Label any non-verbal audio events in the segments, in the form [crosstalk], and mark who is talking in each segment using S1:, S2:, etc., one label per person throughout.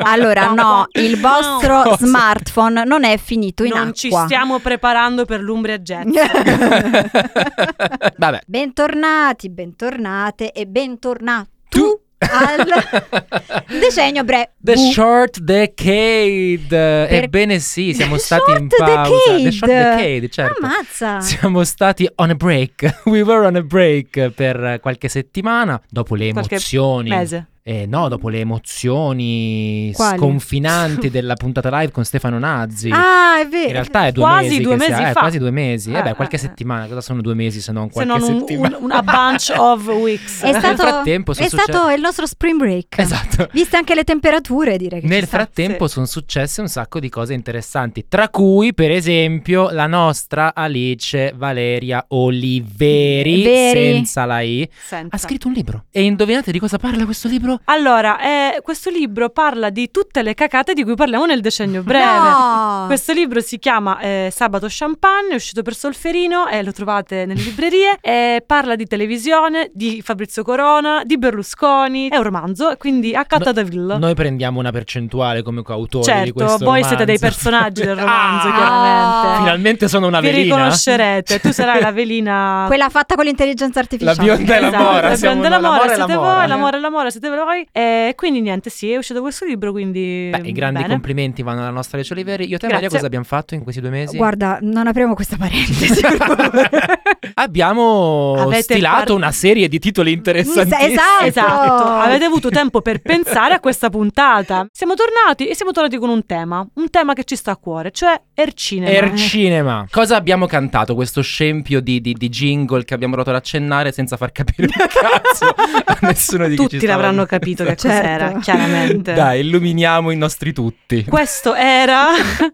S1: Allora, no, il vostro
S2: Cosa?
S1: smartphone non è finito in acqua.
S3: Non ci stiamo preparando per l'Umbria Jazz.
S2: [laughs] Vabbè.
S1: Bentornati, bentornate e bentornati
S2: [laughs]
S1: al decennio breve.
S2: The Short Decade. Ebbene sì, siamo stati in pausa. The Short Decade, certo.
S1: Ammazza.
S2: Siamo stati on a break. [laughs] We were on a break per eh, qualche settimana dopo le
S3: Qualche
S2: emozioni.
S3: Mese.
S2: Eh, no, dopo le emozioni
S1: Quali?
S3: [laughs]
S2: sconfinanti della puntata live con Stefano Nazzi.
S1: Ah, è vero.
S2: In realtà è due
S3: eh, Quasi
S2: mesi,
S3: due
S2: che si-
S3: mesi
S2: eh,
S3: fa.
S2: quasi due mesi. Eh
S3: Eh,
S2: beh, qualche
S3: eh, eh.
S2: settimana. Cosa sono due mesi se non
S3: Se
S2: qualche
S3: non un,
S2: settimana?
S3: un- una bunch
S2: [laughs]
S3: of weeks.
S1: È stato,
S2: frattempo sono
S1: è stato
S2: succe-
S1: il nostro spring break.
S2: Esatto.
S1: Viste anche le temperature, direi che ci
S2: Nel
S1: sta.
S2: frattempo sono successe un sacco di cose interessanti, tra cui per esempio la nostra Alice Valeria
S3: Eh,
S2: Oliveri,
S1: Veri.
S2: senza la I,
S3: Senza.
S2: ha scritto un libro. E indovinate di cosa parla questo libro?
S3: Allora, eh, questo libro parla di tutte le cacate di cui parliamo nel decennio breve.
S1: No!
S3: Questo libro si chiama eh, Sabato Champagne, è uscito per Solferino, eh, lo trovate nelle librerie, eh, parla di televisione, di Fabrizio Corona, di Berlusconi, è un romanzo, quindi a
S2: No-
S3: Catadaville.
S2: Noi prendiamo una percentuale come coautori di questo
S3: certo, voi siete dei
S2: romanzo.
S3: personaggi
S2: [laughs]
S3: del romanzo,
S2: Ah!
S3: chiaramente.
S2: Finalmente sono una
S3: Vi
S2: velina.
S3: riconoscerete, tu
S2: [laughs]
S3: sarai la velina
S1: Quella fatta con l'intelligenza
S2: La
S1: artificiale.
S2: bionda e la
S3: Esatto,
S2: mora,
S3: la
S2: siamo
S3: bionda e la
S2: no,
S3: mora
S2: e la
S3: siete
S2: mora.
S3: voi, l'amore e l'amore siete voi. E quindi niente, sì, è uscito questo libro, quindi...
S2: Beh, I grandi
S3: bene.
S2: complimenti vanno alla nostra Alice Oliveri. Io e te Maria
S3: Grazie.
S2: cosa abbiamo fatto in questi due mesi?
S1: Eh, Guarda, non apriamo questa
S3: [laughs]
S1: parentesi. per favore.
S2: [laughs] Abbiamo
S3: Avete
S2: stilato
S3: par-
S2: una serie di titoli interessantissimi.
S1: esatto.
S3: Esatto,
S1: Oh.
S3: avete avuto tempo per pensare a questa puntata. Siamo tornati e siamo tornati con un tema, un tema che ci sta a cuore, cioè il cinema.
S2: Er cinema. Cosa abbiamo cantato? Questo scempio di, di- di jingle che abbiamo provato ad accennare senza far capire un cazzo
S3: [laughs]
S2: a nessuno di chi
S3: Tutti
S2: ci stava-
S3: l'avranno capito che
S1: Certo.
S3: cos'era, chiaramente.
S2: Dai, illuminiamo i nostri tutti.
S3: Questo
S2: [laughs]
S3: era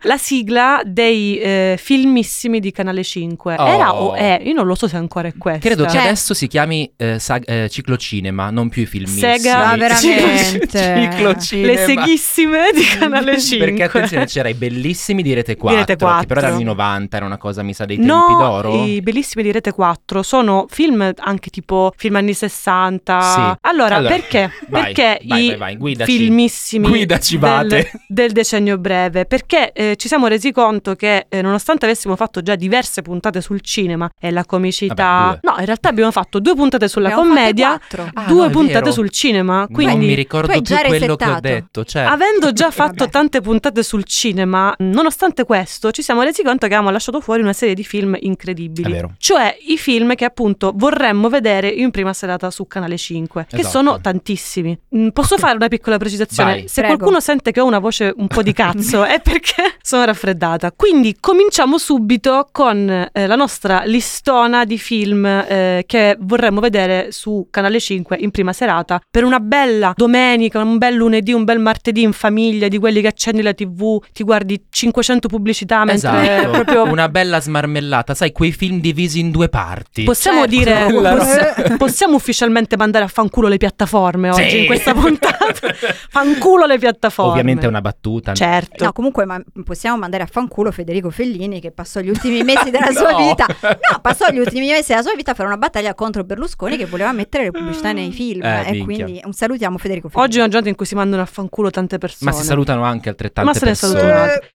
S3: la sigla dei eh, filmissimi di Canale 5.
S2: Oh.
S3: Era o è? Io non lo so se ancora è questa.
S2: Credo che
S1: Cioè-
S2: adesso si chiami eh, sag- eh, ciclocinema, non più i filmissimi.
S3: Sega-
S1: No, veramente.
S2: Ciclocinema.
S3: le seghissime di Canale 5.
S2: Perché attenzione, c'era i bellissimi di Rete 4,
S3: Rete
S2: che però erano
S3: 4.
S2: anni 90, era una cosa mi sa dei tempi
S3: No,
S2: d'oro.
S3: i bellissimi di Rete 4 sono film anche tipo film anni 60.
S2: Sì.
S3: Allora,
S2: Allora,
S3: perché?
S2: vai,
S3: perché
S2: vai,
S3: i
S2: vai, vai, guidaci.
S3: filmissimi
S2: Guidaci,
S3: del,
S2: Vate.
S3: del decennio breve? Perché eh, ci siamo resi conto che eh, nonostante avessimo fatto già diverse puntate sul cinema e la comicità,
S2: Vabbè,
S3: no, in realtà abbiamo fatto due puntate sulla
S1: Abbiamo fatte
S3: commedia,
S1: quattro.
S2: Ah, no,
S3: due
S2: è
S3: puntate
S2: vero.
S3: sul cinema,
S2: non mi
S3: quindi
S2: ricordo
S1: tu hai
S2: più
S1: già
S2: quello che ho
S1: resettato.
S2: detto. Cioè,
S3: Avendo già
S2: [laughs]
S3: fatto
S1: Vabbè.
S3: tante puntate sul cinema, nonostante questo, ci siamo resi conto che abbiamo lasciato fuori una serie di film incredibili.
S2: È vero.
S3: Cioè i film che appunto vorremmo vedere in prima serata su Canale 5, che
S2: Esatto.
S3: sono tantissimi. Mm, Posso fare una piccola precisazione?
S2: Vai.
S3: Se
S1: Prego.
S3: qualcuno sente che ho una voce un po' di cazzo è perché [laughs] sono raffreddata. Quindi cominciamo subito con eh, la nostra listona di film eh, che vorremmo vedere su Canale 5 in prima serata per una bella domenica, un bel lunedì, un bel martedì in famiglia, di quelli che accendi la TV, ti guardi 500 pubblicità mentre
S2: esatto,
S3: proprio
S2: una bella smarmellata, sai, quei film divisi in due parti.
S3: Possiamo
S1: Certo.
S3: dire,
S2: Bella, no?
S3: possi- [laughs] possiamo ufficialmente mandare a fanculo le piattaforme oggi
S2: Sì.
S3: in questa
S2: [laughs]
S3: puntata? fanculo le piattaforme.
S2: Ovviamente è una battuta.
S3: Certo.
S1: No, comunque ma possiamo mandare a fanculo Federico Fellini che passò gli ultimi mesi della
S3: [laughs]
S1: sua
S2: No.
S1: vita. No, passò gli ultimi mesi della sua vita a fare una battaglia contro Berlusconi che voleva mettere le pubblicità nei film.
S2: Eh,
S1: e
S2: minchia.
S1: quindi un salutiamo Federico Fellini.
S3: Mm. Oggi è una giornata in cui si mandano a fanculo tante persone.
S2: Ma si salutano anche altrettante
S3: Ma se ne
S2: persone.
S3: salutano anche.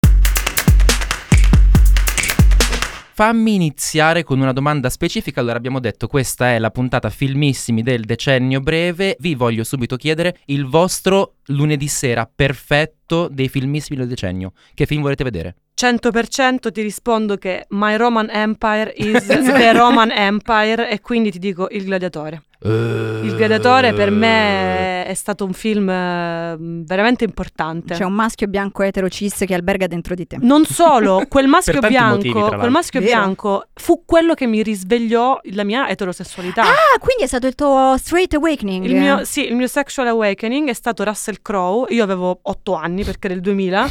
S2: Fammi iniziare con una domanda specifica. Allora, abbiamo detto questa è la puntata filmissimi del decennio breve. Vi voglio subito chiedere il vostro lunedì sera perfetto dei filmissimi del decennio. Che film volete vedere?
S3: 100% ti rispondo
S2: [laughs]
S3: che My Roman Empire is the Roman Empire e quindi ti dico Il Gladiatore. Il Gladiatore per
S2: Eh.
S3: me è stato un film eh, veramente importante.
S1: C'è un maschio bianco etero cis che alberga dentro di te. [laughs]
S3: Non solo, quel maschio
S2: tanti
S3: bianco,
S2: motivi, tra l'altro.
S3: quel maschio
S1: Vero.
S3: bianco fu quello che mi risvegliò la mia eterosessualità.
S1: Ah, quindi è stato il tuo straight awakening.
S3: Il mio, sì, il mio sexual awakening è stato Russell Crowe. Io avevo 8 anni perché era il
S2: [laughs]
S3: 2000.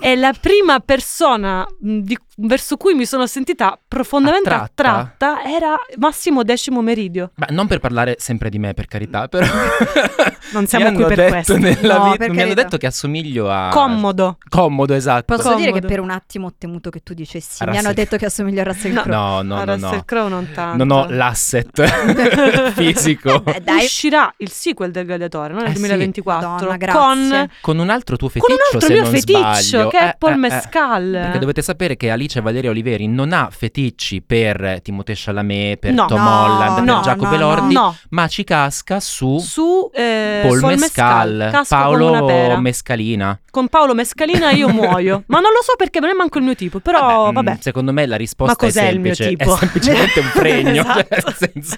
S3: è la prima persona mh, di- verso cui mi sono sentita profondamente
S2: Attratta?
S3: attratta. Era Massimo Decimo Meridio.
S2: Beh, non per parlare sempre di me, per carità, però.
S3: Non siamo
S2: mi
S3: qui
S2: hanno
S3: per
S2: detto
S3: questo.
S2: nella
S1: No,
S2: vita-
S1: per
S2: mi hanno
S1: carità.
S2: detto che assomiglio a.
S3: Commodo.
S2: Commodo, esatto.
S1: Posso dire che
S3: comodo.
S1: per un attimo ho temuto che tu dicessi.
S2: A
S1: Mi hanno
S2: Russell-
S1: detto che assomiglio a Russell
S3: No.
S1: Crowe.
S2: No, no,
S3: A
S2: no,
S3: Russell
S2: no.
S3: Crowe non tanto.
S2: Non ho
S3: [laughs]
S2: l'asset fisico.
S1: Beh,
S2: [laughs]
S1: dai,
S3: Uscirà il sequel del Gladiatore no? nel
S2: Eh sì.
S3: 2024
S1: Madonna,
S3: con,
S1: grazie.
S2: Con un altro tuo feticcio,
S3: con un altro
S2: se
S3: mio
S2: non
S3: feticcio
S2: sbaglio.
S3: che
S2: Eh,
S3: è Paul
S2: eh, eh.
S3: Mescal.
S2: Perché dovete sapere che Alice Valeria Oliveri non ha feticci per Timothée Chalamet, per
S3: No.
S2: Tom
S1: No,
S2: Holland,
S3: no,
S2: per Giacomo
S1: no,
S2: Elordi,
S3: No,
S2: ma ci casca su
S3: su eh,
S2: Paul
S3: Sol
S2: Mescal,
S3: casco come una
S2: Paolo
S3: pera.
S2: Mescalina.
S3: con Paolo Mescalina
S2: [laughs]
S3: io muoio. Ma non lo so perché non è manco il mio tipo, però
S2: Vabbè, mh,
S3: Oh, vabbè.
S2: Secondo me la risposta
S3: Ma cos'è
S2: è
S3: il mio
S2: semplice,
S3: tipo? [laughs]
S2: è semplicemente un fregno, [laughs] cioè,
S3: Esatto.
S2: nel senso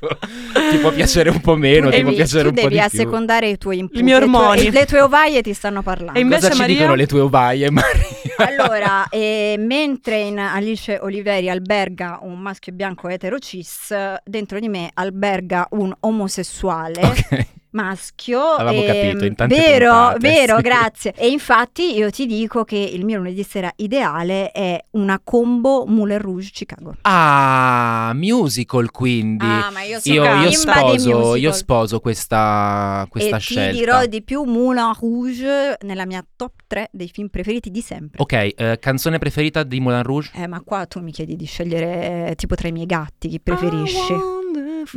S2: ti può piacere un po' meno,
S1: tu
S2: ti può
S1: devi,
S2: piacere
S1: tu
S2: un po'
S1: devi
S2: di più.
S1: assecondare i tuoi impulsi.
S3: miei
S1: le tue-
S3: ormoni.
S1: le tue ovaie ti stanno parlando.
S3: E invece
S2: Cosa ci
S3: Maria-
S2: dicono le tue ovaie, [laughs] Maria?
S1: [laughs] Allora, eh, mentre in Alice Oliveri alberga un maschio bianco etero cis, dentro di me alberga un omosessuale
S2: Ok.
S1: maschio.
S2: Avevamo
S1: ehm,
S2: capito, in tante
S1: Vero,
S2: puntate,
S1: vero,
S2: sì.
S1: grazie. E infatti io ti dico che il mio lunedì sera ideale è una combo Moulin Rouge Chicago.
S2: Ah, musical quindi.
S1: Ah, ma
S2: io,
S3: sono
S2: io
S3: bimba dei
S2: sposo, io sposo questa, questa
S1: e
S2: scelta.
S1: ti dirò di più Moulin Rouge nella mia top 3 dei film preferiti di sempre.
S2: Ok, eh, canzone preferita di Moulin Rouge?
S1: Eh, ma qua tu mi chiedi di scegliere eh, tipo tra i miei gatti chi preferisci.
S3: I wonderful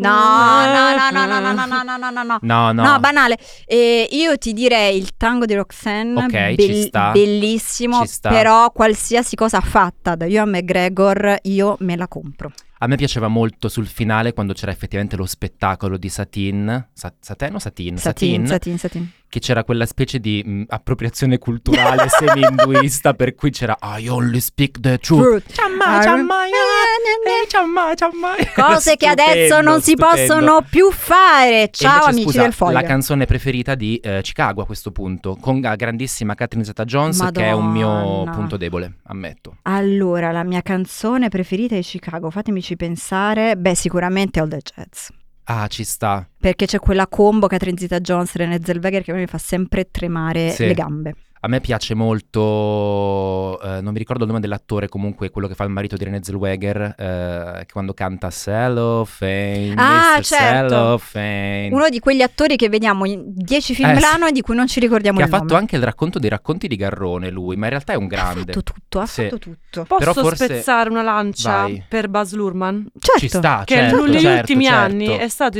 S1: No, no, no,
S3: life.
S1: no, no, no, no, no, no, no, no, no.
S2: No, no.
S1: No, banale. Eh, io ti direi il tango di Roxanne,
S2: Ok, ci sta.
S1: bellissimo,
S2: Ci sta.
S1: però qualsiasi cosa fatta da Ewan McGregor io me la compro.
S2: A me piaceva molto sul finale quando c'era effettivamente lo spettacolo di Satin. Sa- Satin o Satin?
S1: Satin, satin, satin.
S2: Che c'era quella specie di mh, appropriazione
S1: [laughs]
S2: culturale semi-induista per cui c'era I only speak the truth.
S1: Fruit.
S2: Ciammai, ciammai, eh, ciammai, ciammai.
S1: Cose che adesso non si
S2: Stupendo, stupendo.
S1: possono più fare.
S2: E
S1: Ciao
S2: invece,
S1: amici
S2: scusa,
S1: del foglio.
S2: La canzone preferita di eh, Chicago a questo punto, con la grandissima Catherine Zeta Jones, che è un mio
S1: Madonna.
S2: punto debole, ammetto.
S1: Allora, la mia canzone preferita è Chicago, fatemici pensare. Beh, sicuramente All the Jazz.
S2: Ah, ci sta.
S1: Perché c'è quella combo che ha Trenzita Jones, René Zellweger, che a me mi fa sempre tremare
S2: Sì.
S1: le gambe.
S2: A me piace molto, eh, non mi ricordo il nome dell'attore, comunque quello che fa il marito di René Zellweger, eh, che quando canta Cellophane,
S1: Ah,
S2: Mr.
S1: certo.
S2: Cellophane,
S1: Uno di quegli attori che vediamo in 10 film
S2: Eh, sì.
S1: l'anno e di cui non ci ricordiamo
S2: che ha
S1: il
S2: fatto
S1: nome.
S2: anche il racconto dei racconti di Garrone lui, ma in realtà è un
S1: Ha
S2: grande.
S1: fatto tutto, ha
S2: Sì.
S1: fatto tutto.
S3: Posso
S2: Però forse-
S3: spezzare una lancia
S2: Vai.
S3: per Buzz Lurman?
S1: Certo.
S2: Ci sta,
S3: Che
S2: certo,
S3: negli
S2: certo,
S3: ultimi
S2: certo.
S3: anni è stato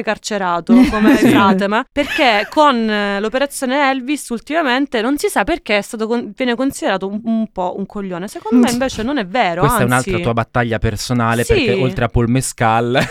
S1: [laughs]
S3: carcerato come
S2: Sì.
S3: fratema perché con eh, l'operazione Elvis ultimamente non si sa perché è stato con- viene considerato un, un po' un coglione. Secondo me invece non è vero.
S2: Questa è
S3: anzi.
S2: un'altra tua battaglia personale
S3: Sì.
S2: perché oltre a Paul
S3: [laughs]
S2: Mescal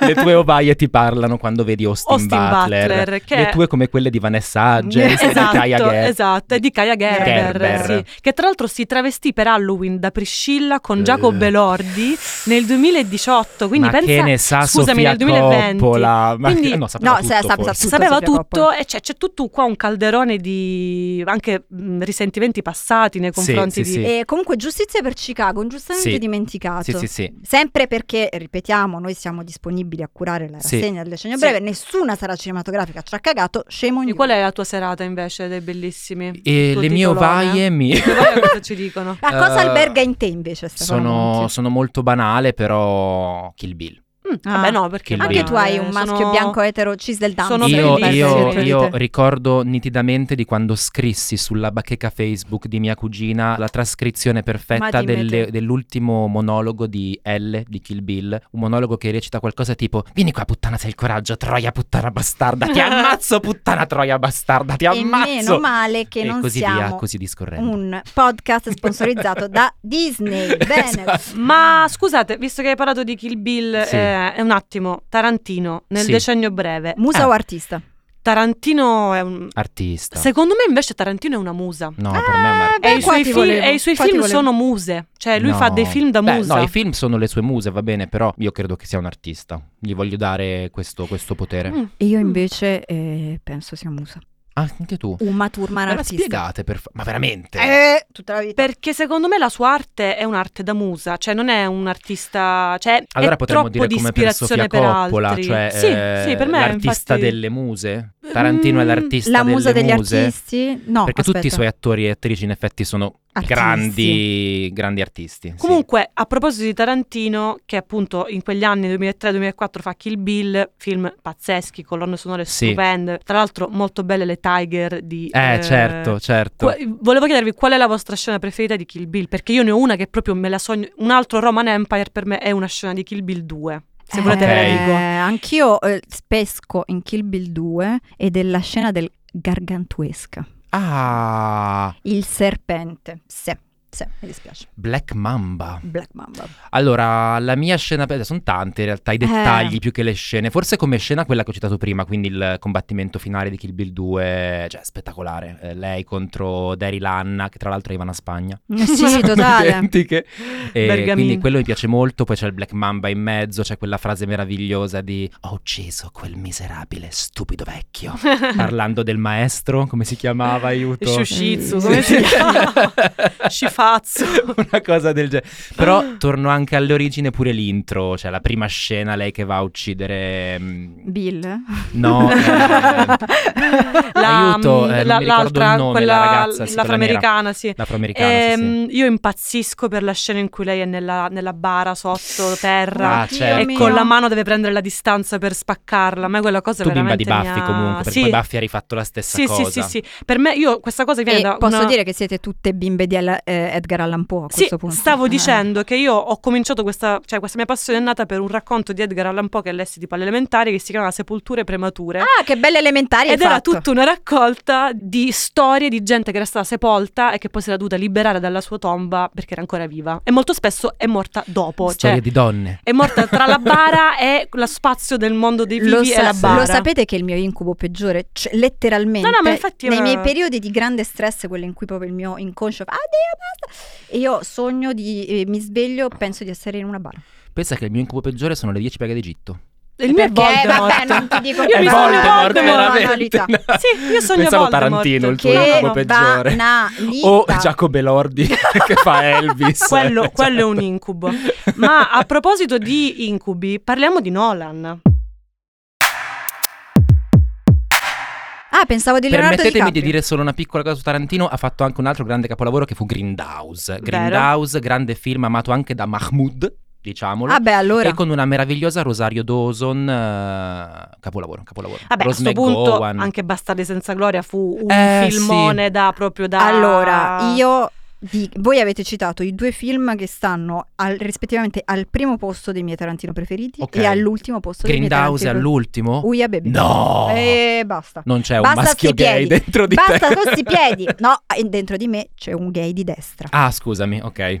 S2: le tue ovaie ti parlano quando vedi Austin,
S3: Austin
S2: Butler,
S3: Butler, che-
S2: le tue come quelle di Vanessa Hudgens e
S3: esatto,
S2: di Kaya Gerber.
S3: esatto, è di Kaya Gerber,
S2: Gerber.
S3: sì. che tra l'altro si travestì per Halloween da Priscilla con Giacomo
S2: Eh.
S3: Belordi nel 2018, quindi
S2: ma
S3: pensa
S2: che ne sa
S3: scusami,
S2: Sofia
S3: nel 2020.
S2: Coppola? Ma
S3: Quindi-
S2: no, sapeva
S1: no,
S2: tutto,
S1: sa- sa-
S2: forse.
S1: sa-
S3: sapeva
S1: Sofia
S3: tutto
S1: Coppola.
S3: e c'è, c'è tutto qua un calderone di anche mh, risentimenti passati nei
S2: Sì,
S3: confronti
S2: sì,
S3: di...
S2: sì.
S1: E Eh, comunque giustizia per Chicago, giustamente
S2: Sì.
S1: dimenticato.
S2: Sì, sì, sì.
S1: Sempre perché, ripetiamo, noi siamo disponibili a curare la
S2: Sì.
S1: rassegna del decennio
S3: Sì.
S1: breve, nessuna sarà cinematografica, ci ha cagato, scemo ognuno.
S3: Quindi Qual è la tua serata invece dei bellissimi?
S2: E
S3: Il tuo
S2: le mie
S3: titolone?
S2: ovaie mi...
S3: Le ovaie
S2: [laughs]
S3: cosa ci dicono?
S1: A cosa
S2: Eh,
S1: alberga in te invece? Stefano
S2: sono,
S1: Monti?
S2: sono molto banale, però Kill Bill.
S3: Mm, Vabbè no, perché
S2: Kill
S3: magari
S1: Ah, Anche tu hai un maschio
S3: sono-
S1: bianco etero cis del danza.
S3: sono cioè,
S2: Io,
S3: bellissime,
S2: io-
S3: sì.
S2: io ricordo nitidamente di quando scrissi sulla bacheca Facebook di mia cugina la trascrizione
S1: Ma
S2: perfetta
S1: dimmi
S2: delle-
S1: tu.
S2: dell'ultimo monologo di L di Kill Bill. Un monologo che recita qualcosa tipo: Vieni qua, puttana, sei il coraggio, troia, puttana bastarda,
S3: [laughs]
S2: ti ammazzo, puttana, troia bastarda, ti
S1: E meno
S2: ammazzo.
S1: male che
S2: e
S1: non
S2: così
S1: siamo
S2: via, così discorrendo.
S1: un podcast sponsorizzato da Disney. Bene.
S2: [laughs] Esatto.
S3: Ma scusate, visto che hai parlato di Kill Bill,
S2: Sì.
S3: eh, è un attimo, Tarantino, nel
S2: Sì.
S3: decennio breve,
S1: Musa
S2: Eh.
S1: o artista?
S3: Tarantino è un...
S2: Artista.
S3: Secondo me invece Tarantino è una musa.
S2: No, per me è un
S1: Ah,
S2: artista.
S1: beh,
S3: E i,
S1: qua
S3: suoi
S1: ti
S3: fil-
S1: volevo,
S3: e i suoi
S1: qua ti
S3: film
S1: volevo.
S3: sono muse. Cioè, lui fa
S2: No.
S3: dei film da
S2: Beh,
S3: musa.
S2: No, i film sono le sue muse, va bene, però io credo che sia un artista. Gli voglio dare questo, questo potere.
S3: Mm.
S1: Io invece eh, penso sia musa.
S2: Ah, anche tu.
S1: Uma Thurman
S2: Ma la
S1: artista.
S2: spiegate, per fa- ma veramente?
S1: Eh, tutta la vita.
S3: Perché secondo me la sua arte è un'arte da musa, cioè non è un artista. Cioè,
S2: allora
S3: è
S2: potremmo
S3: troppo
S2: dire
S3: di
S2: come per Sofia
S3: ispirazione per
S2: Coppola,
S3: altri.
S2: cioè
S3: sì,
S2: eh,
S3: sì, per me è
S2: l'artista
S3: infatti-
S2: delle muse. Tarantino è
S3: Mm,
S2: l'artista
S1: La musa
S2: delle
S1: degli
S2: muse.
S1: artisti? No,
S2: Perché tutti i
S1: aspetta.
S2: suoi attori e attrici in effetti sono
S1: Artisti.
S2: grandi, grandi artisti. sì.
S3: Comunque, a proposito di Tarantino, che appunto in quegli anni 2003-2004 fa Kill Bill, film pazzeschi, colonne sonore
S2: Sì.
S3: stupende, tra l'altro molto belle le Tiger di...
S2: Eh, certo, certo.
S3: Qua- volevo chiedervi qual è la vostra scena preferita di Kill Bill, perché io ne ho una che proprio me la sogno. Un altro Roman Empire per me è una scena di Kill Bill 2. Se volete ve
S1: Eh,
S3: la dico.
S1: Anch'io eh, pesco in Kill Bill 2 e della scena del gargantuesca.
S2: Ah,
S1: Il serpente. Se, se, mi dispiace.
S2: Black Mamba.
S1: Black Mamba.
S2: Allora, la mia scena, beh, sono tante in realtà, i dettagli più che le scene. Forse come scena quella che ho citato prima, quindi il combattimento finale di Kill Bill 2, cioè spettacolare. Eh, lei contro Derry Lanna, che tra l'altro è Ivana Spagna. [laughs]
S1: Eh, [laughs] Sì,
S2: Sono
S1: totale.
S2: identiche. E
S3: Bergamin.
S2: quindi quello mi piace molto, poi c'è il Black Mamba in mezzo, c'è quella frase meravigliosa di ho ucciso quel miserabile, stupido vecchio. Parlando del maestro, come si chiamava, aiuto.
S3: Shushitsu,
S1: Sì.
S3: come
S2: [laughs]
S3: si chiama? Scifazzo.
S2: Una cosa del genere.
S3: Ah.
S2: Però torno anche all'origine pure l'intro, cioè la prima scena lei che va a uccidere... mm,
S1: Bill?
S2: No,
S3: [laughs]
S2: eh,
S3: La-
S2: aiuto, eh,
S3: la-
S2: non mi ricordo il
S3: l'altra,
S2: nome,
S3: quella
S2: la ragazza, sì, quella nera.
S3: l'afroamericana, sì.
S2: eh, l'afroamericana, sì, sì.
S3: Ehm, Io impazzisco per la scena in cui lei è nella, nella bara sotto terra
S2: Ah, certo.
S3: e
S2: Dio
S3: con la mano deve prendere la distanza per spaccarla. Ma quella cosa
S2: Tu bimba
S3: veramente
S2: di Buffy
S3: mi ha-
S2: comunque, perché
S3: sì.
S2: poi Buffy ha rifatto la stessa
S3: Sì, sì, sì,
S2: cosa.
S3: sì. Per me, io questa cosa viene
S1: E
S3: da.
S1: posso
S3: una-
S1: dire che siete tutte bimbe di Alla- eh, Edgar Allan Poe a
S3: Sì,
S1: questo punto.
S3: stavo
S1: Eh.
S3: dicendo che io ho cominciato questa, cioè questa mia passione è nata per un racconto di Edgar Allan Poe che lessi tipo all'elementare che si chiamava Sepolture Premature.
S1: Ah, che belle elementari esatto. hai
S3: Ed era
S1: fatto.
S3: tutta una raccolta di storie di gente che era stata sepolta e che poi si era dovuta liberare dalla sua tomba perché era ancora viva. E molto spesso è morta dopo.
S2: Storie
S3: cioè,
S2: di donne.
S3: È morta tra la bara e lo spazio del mondo dei vivi
S1: Lo,
S3: e
S1: sa-
S3: la bara.
S1: lo sapete che è il mio incubo peggiore, Cioè, letteralmente,
S3: No, no, ma infatti
S1: nei
S3: era-
S1: miei periodi di grande stress, quello in cui proprio il mio inconscio fa, ah Dio, basta, e io sogno di, eh, mi sveglio, penso di essere in una bara.
S2: [laughs] Pensa che il mio incubo peggiore sono le 10 piaghe d'Egitto.
S3: Il mio è
S1: Perché, vabbè,
S3: Voldemort.
S1: non ti dico
S3: [laughs] Io
S1: che
S3: mi
S1: è
S3: sogno
S1: Voldemort,
S3: Voldemort.
S1: veramente.
S2: [laughs] No.
S3: Sì, io sogno
S2: Pensavo
S3: Voldemort.
S2: Tarantino, il tuo
S3: Che
S2: incubo
S3: va-
S2: peggiore. Oh,
S1: banalità.
S2: O Giacomo Elordi [laughs] che
S3: [laughs]
S2: fa Elvis.
S3: Quello-
S2: Eh,
S3: quello è
S2: certo.
S3: un incubo. Ma a proposito di incubi, parliamo di Nolan.
S1: Ah, pensavo di Leonardo
S2: Permettetemi
S1: DiCaprio.
S2: di dire solo una piccola cosa su Tarantino, ha fatto anche un altro grande capolavoro che fu Grindhouse. Grindhouse, grande film amato anche da Mahmoud, diciamolo.
S1: Ah beh, allora.
S2: E con una meravigliosa Rosario Dawson, eh, capolavoro, capolavoro.
S3: Vabbè, a
S2: Rosemary
S3: questo punto
S2: Gowan.
S3: anche Bastardi senza gloria fu un
S2: Eh,
S3: filmone da proprio da
S1: Allora, io di- voi avete citato i due film che stanno al- rispettivamente al primo posto dei miei Tarantino preferiti
S2: Ok.
S1: e all'ultimo posto dei miei
S2: Grindhouse è
S1: Tarantino
S2: all'ultimo?
S1: Uia baby.
S2: No!
S1: E basta.
S2: Non c'è
S1: Basta
S2: un maschio
S1: sti
S2: gay
S1: piedi.
S2: dentro di te.
S1: Basta con
S2: [laughs]
S1: sti piedi. No, e dentro di me c'è un gay di destra.
S2: Ah, scusami,
S1: [laughs]
S2: ok.
S1: E,
S3: e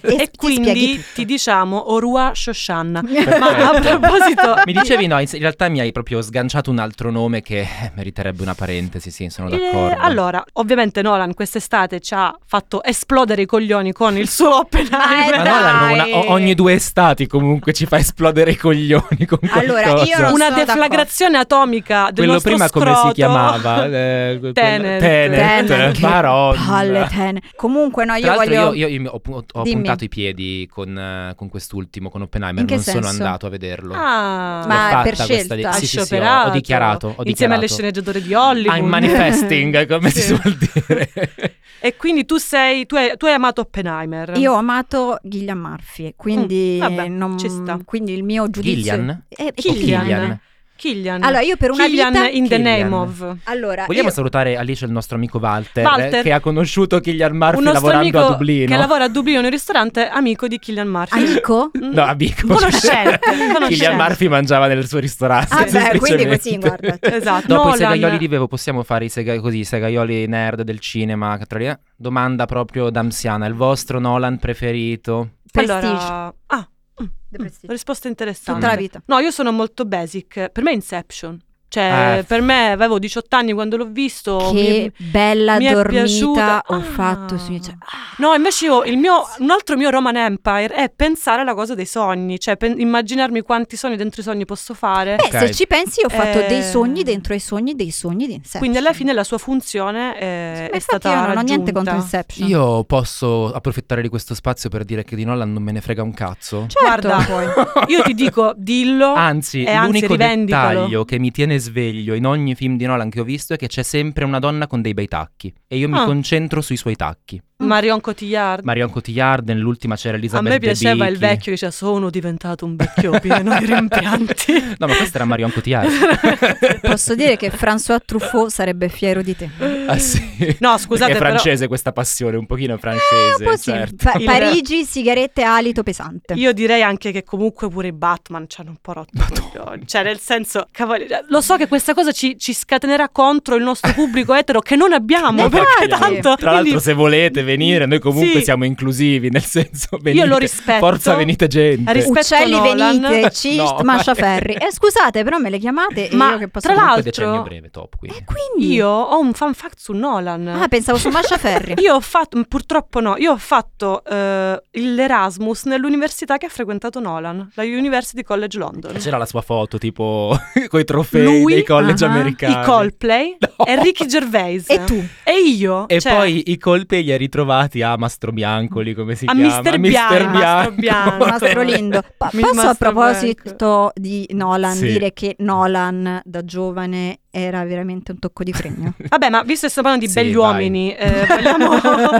S1: ti
S3: quindi
S1: spieghi
S3: ti diciamo Orua Shoshanna.
S1: tutto. [laughs]
S3: Ma a proposito
S2: Mi dicevi no, in in realtà mi hai proprio sganciato un altro nome che eh, meriterebbe una parentesi, sì, sono
S3: Eh,
S2: d'accordo.
S3: allora, ovviamente Nolan quest'estate ci ha fatto esplodere i coglioni con il suo
S1: Ma
S2: Ma
S3: Oppenheimer.
S2: Nolan
S1: Eh, dai.
S2: una- o- ogni due estati comunque ci fa esplodere i coglioni con
S1: Allora,
S2: qualcosa.
S1: io non-
S3: Una
S1: sono
S3: deflagrazione atomica del
S2: Quello
S3: nostro
S2: prima come si
S3: scroto.
S2: chiamava? Eh, quel-
S3: Tenet.
S2: Tenet.
S1: Tenet, che
S2: Madonna.
S1: palle, Tenet. Comunque no, io
S2: Tra l'altro
S1: voglio
S2: io, io mi- ho, pu- ho- ho
S1: Dimmi.
S2: puntato i piedi con, eh, con quest'ultimo, con Oppenheimer,
S1: In che
S2: non sono
S1: senso?
S2: andato a vederlo.
S3: Ah,
S2: L'ho
S1: Ma
S2: fatta
S1: per
S2: questa
S1: scelta?
S2: Sì, sì, sì, ho- ho,
S3: Scioperato.
S2: dichiarato. Ho
S3: insieme alle
S2: dichiarato.
S3: sceneggiature di Hollywood.
S1: [laughs]
S2: I'm manifesting, come
S3: Sì.
S2: si suol dire.
S3: E quindi tu sei tu hai, tu hai amato Oppenheimer.
S1: Io ho amato Gillian Murphy, quindi,
S3: Mm, vabbè,
S1: non-
S3: ci sta.
S1: quindi il mio giudizio...
S2: Gillian?
S1: Eh,
S2: O
S3: Killian.
S2: Killian.
S3: Killian.
S1: Allora, io per una
S3: Killian
S1: vita...
S3: in the
S2: Killian.
S3: name of.
S1: Allora,
S2: Vogliamo
S1: io-
S2: salutare Alice, il nostro amico Walter,
S3: Walter.
S2: eh, che ha conosciuto Killian Murphy
S3: Un nostro amico
S2: lavorando a Dublino.
S3: che lavora a Dublino in un ristorante, amico di Killian Murphy.
S1: Amico?
S3: Mm,
S2: No, amico.
S3: Conoscente, conoscente.
S2: Killian Murphy mangiava nel suo ristorante.
S1: Ah beh, quindi
S2: semplicemente.
S1: così,
S2: [laughs]
S1: guarda. cioè,
S3: Esatto.
S2: Dopo i
S3: Nolan-
S2: segaioli di Vevo possiamo fare i sega- così, i segaioli nerd del cinema. che tra lì- eh, Domanda proprio d'anziana, il vostro Nolan preferito?
S1: Prestige.
S3: Allora- ah, mm,
S1: The Prestige.
S3: risposta interessante.
S1: Tutta la vita.
S3: No, io sono molto basic. Per me è Inception. Cioè,
S2: Eh.
S3: per me avevo 18 anni quando l'ho visto. mi-
S1: Che bella
S3: mi è
S1: dormita
S3: piaciuta.
S1: ho
S3: Ah.
S1: fatto sui cioè, ah.
S3: No, invece io, il mio, un altro mio Roman Empire è pensare alla cosa dei sogni, cioè pen- immaginarmi quanti sogni dentro i sogni posso fare.
S2: Eh,
S1: Beh, se
S2: Ok.
S1: ci pensi, io ho fatto
S3: Eh.
S1: dei sogni dentro ai sogni dei sogni di Inception.
S3: Quindi alla fine la sua funzione eh,
S1: Ma
S3: è,
S1: infatti
S3: stata
S1: io non ho niente
S3: raggiunta.
S1: contro Inception.
S2: Io posso approfittare di questo spazio per dire che di Nolan non me ne frega un cazzo?
S1: Certo,
S3: Guarda,
S1: poi.
S3: [laughs] Cioè, Io ti dico, dillo.
S2: [laughs] Anzi,
S3: E anzi,
S2: l'unico
S3: rivendicalo.
S2: dettaglio che mi tiene sveglio in ogni film di Nolan che ho visto è che c'è sempre una donna con dei bei tacchi. E io mi
S3: Ah.
S2: concentro sui suoi tacchi.
S3: Marion Cotillard.
S2: Marion Cotillard, nell'ultima c'era
S3: a
S2: Elisabeth
S3: me piaceva
S2: Debicki.
S3: il vecchio che diceva sono diventato un vecchio pieno di rimpianti.
S2: [laughs] No, ma questa era Marion Cotillard.
S3: [laughs]
S1: Posso dire che François Truffaut sarebbe fiero di te.
S2: [laughs] Ah, sì.
S3: No, scusate,
S2: Perché è
S3: però- Eh,
S2: francese questa passione, un pochino francese,
S1: Un po' sì.
S2: certo.
S1: Eh, Pa-
S2: [laughs]
S3: Il-
S1: Parigi, sigarette, alito pesante.
S3: Io direi anche che comunque pure i Batman ci hanno un po' rotto i coglioni. Cioè, nel senso, cavoli, cioè, lo so che questa cosa ci, ci scatenerà contro il nostro pubblico etero che non abbiamo.
S2: [laughs]
S1: Eh,
S3: perché
S1: infatti.
S3: tanto.
S2: Tra l'altro,
S3: quindi-
S2: se volete venire, noi comunque
S3: Sì.
S2: siamo inclusivi, nel senso, venite,
S3: lo rispetto.
S2: Forza, venite gente.
S3: Ris- rispetto
S1: Uccelli
S3: Nolan.
S1: venite, Cist,
S2: [laughs] No,
S1: Masha
S2: ma-
S1: Ferri. Eh, scusate, però me le chiamate e
S3: Ma
S1: io che posso
S3: tra
S1: fare?
S2: Comunque
S3: l'altro-
S2: decennio breve, top, quindi.
S3: Eh,
S1: E quindi
S3: Io ho un fan fact su Nolan.
S1: Ah, pensavo su Masha Ferri.
S3: Io ho fatto, purtroppo no, io ho fatto eh, l'Erasmus nell'università che ha frequentato Nolan, la University College London.
S2: E C'era la sua foto, tipo, [laughs] coi trofei
S3: Lui,
S2: dei college
S1: ah,
S2: americani.
S3: I Coldplay
S2: [laughs] No.
S3: e Ricky Gervais.
S1: E tu?
S3: E io.
S2: E
S3: cioè,
S2: poi i colpi li ha ritrovati a Mastro Biancoli, come si
S3: A
S2: chiama?
S3: Mister
S2: A
S3: Bian- Mastro Bianco.
S2: [laughs]
S1: Mastro
S3: [laughs]
S1: Lindo. Pa-
S3: Mi
S1: posso a
S3: mastro
S1: proposito di Nolan
S2: Sì.
S1: dire che Nolan da giovane era veramente un tocco di
S3: [laughs]
S1: fregno?
S3: Vabbè, ma visto che stiamo parlando di
S2: Sì,
S3: begli
S2: vai.
S3: uomini, eh,
S1: [laughs]
S2: [laughs]
S3: vogliamo, vogliamo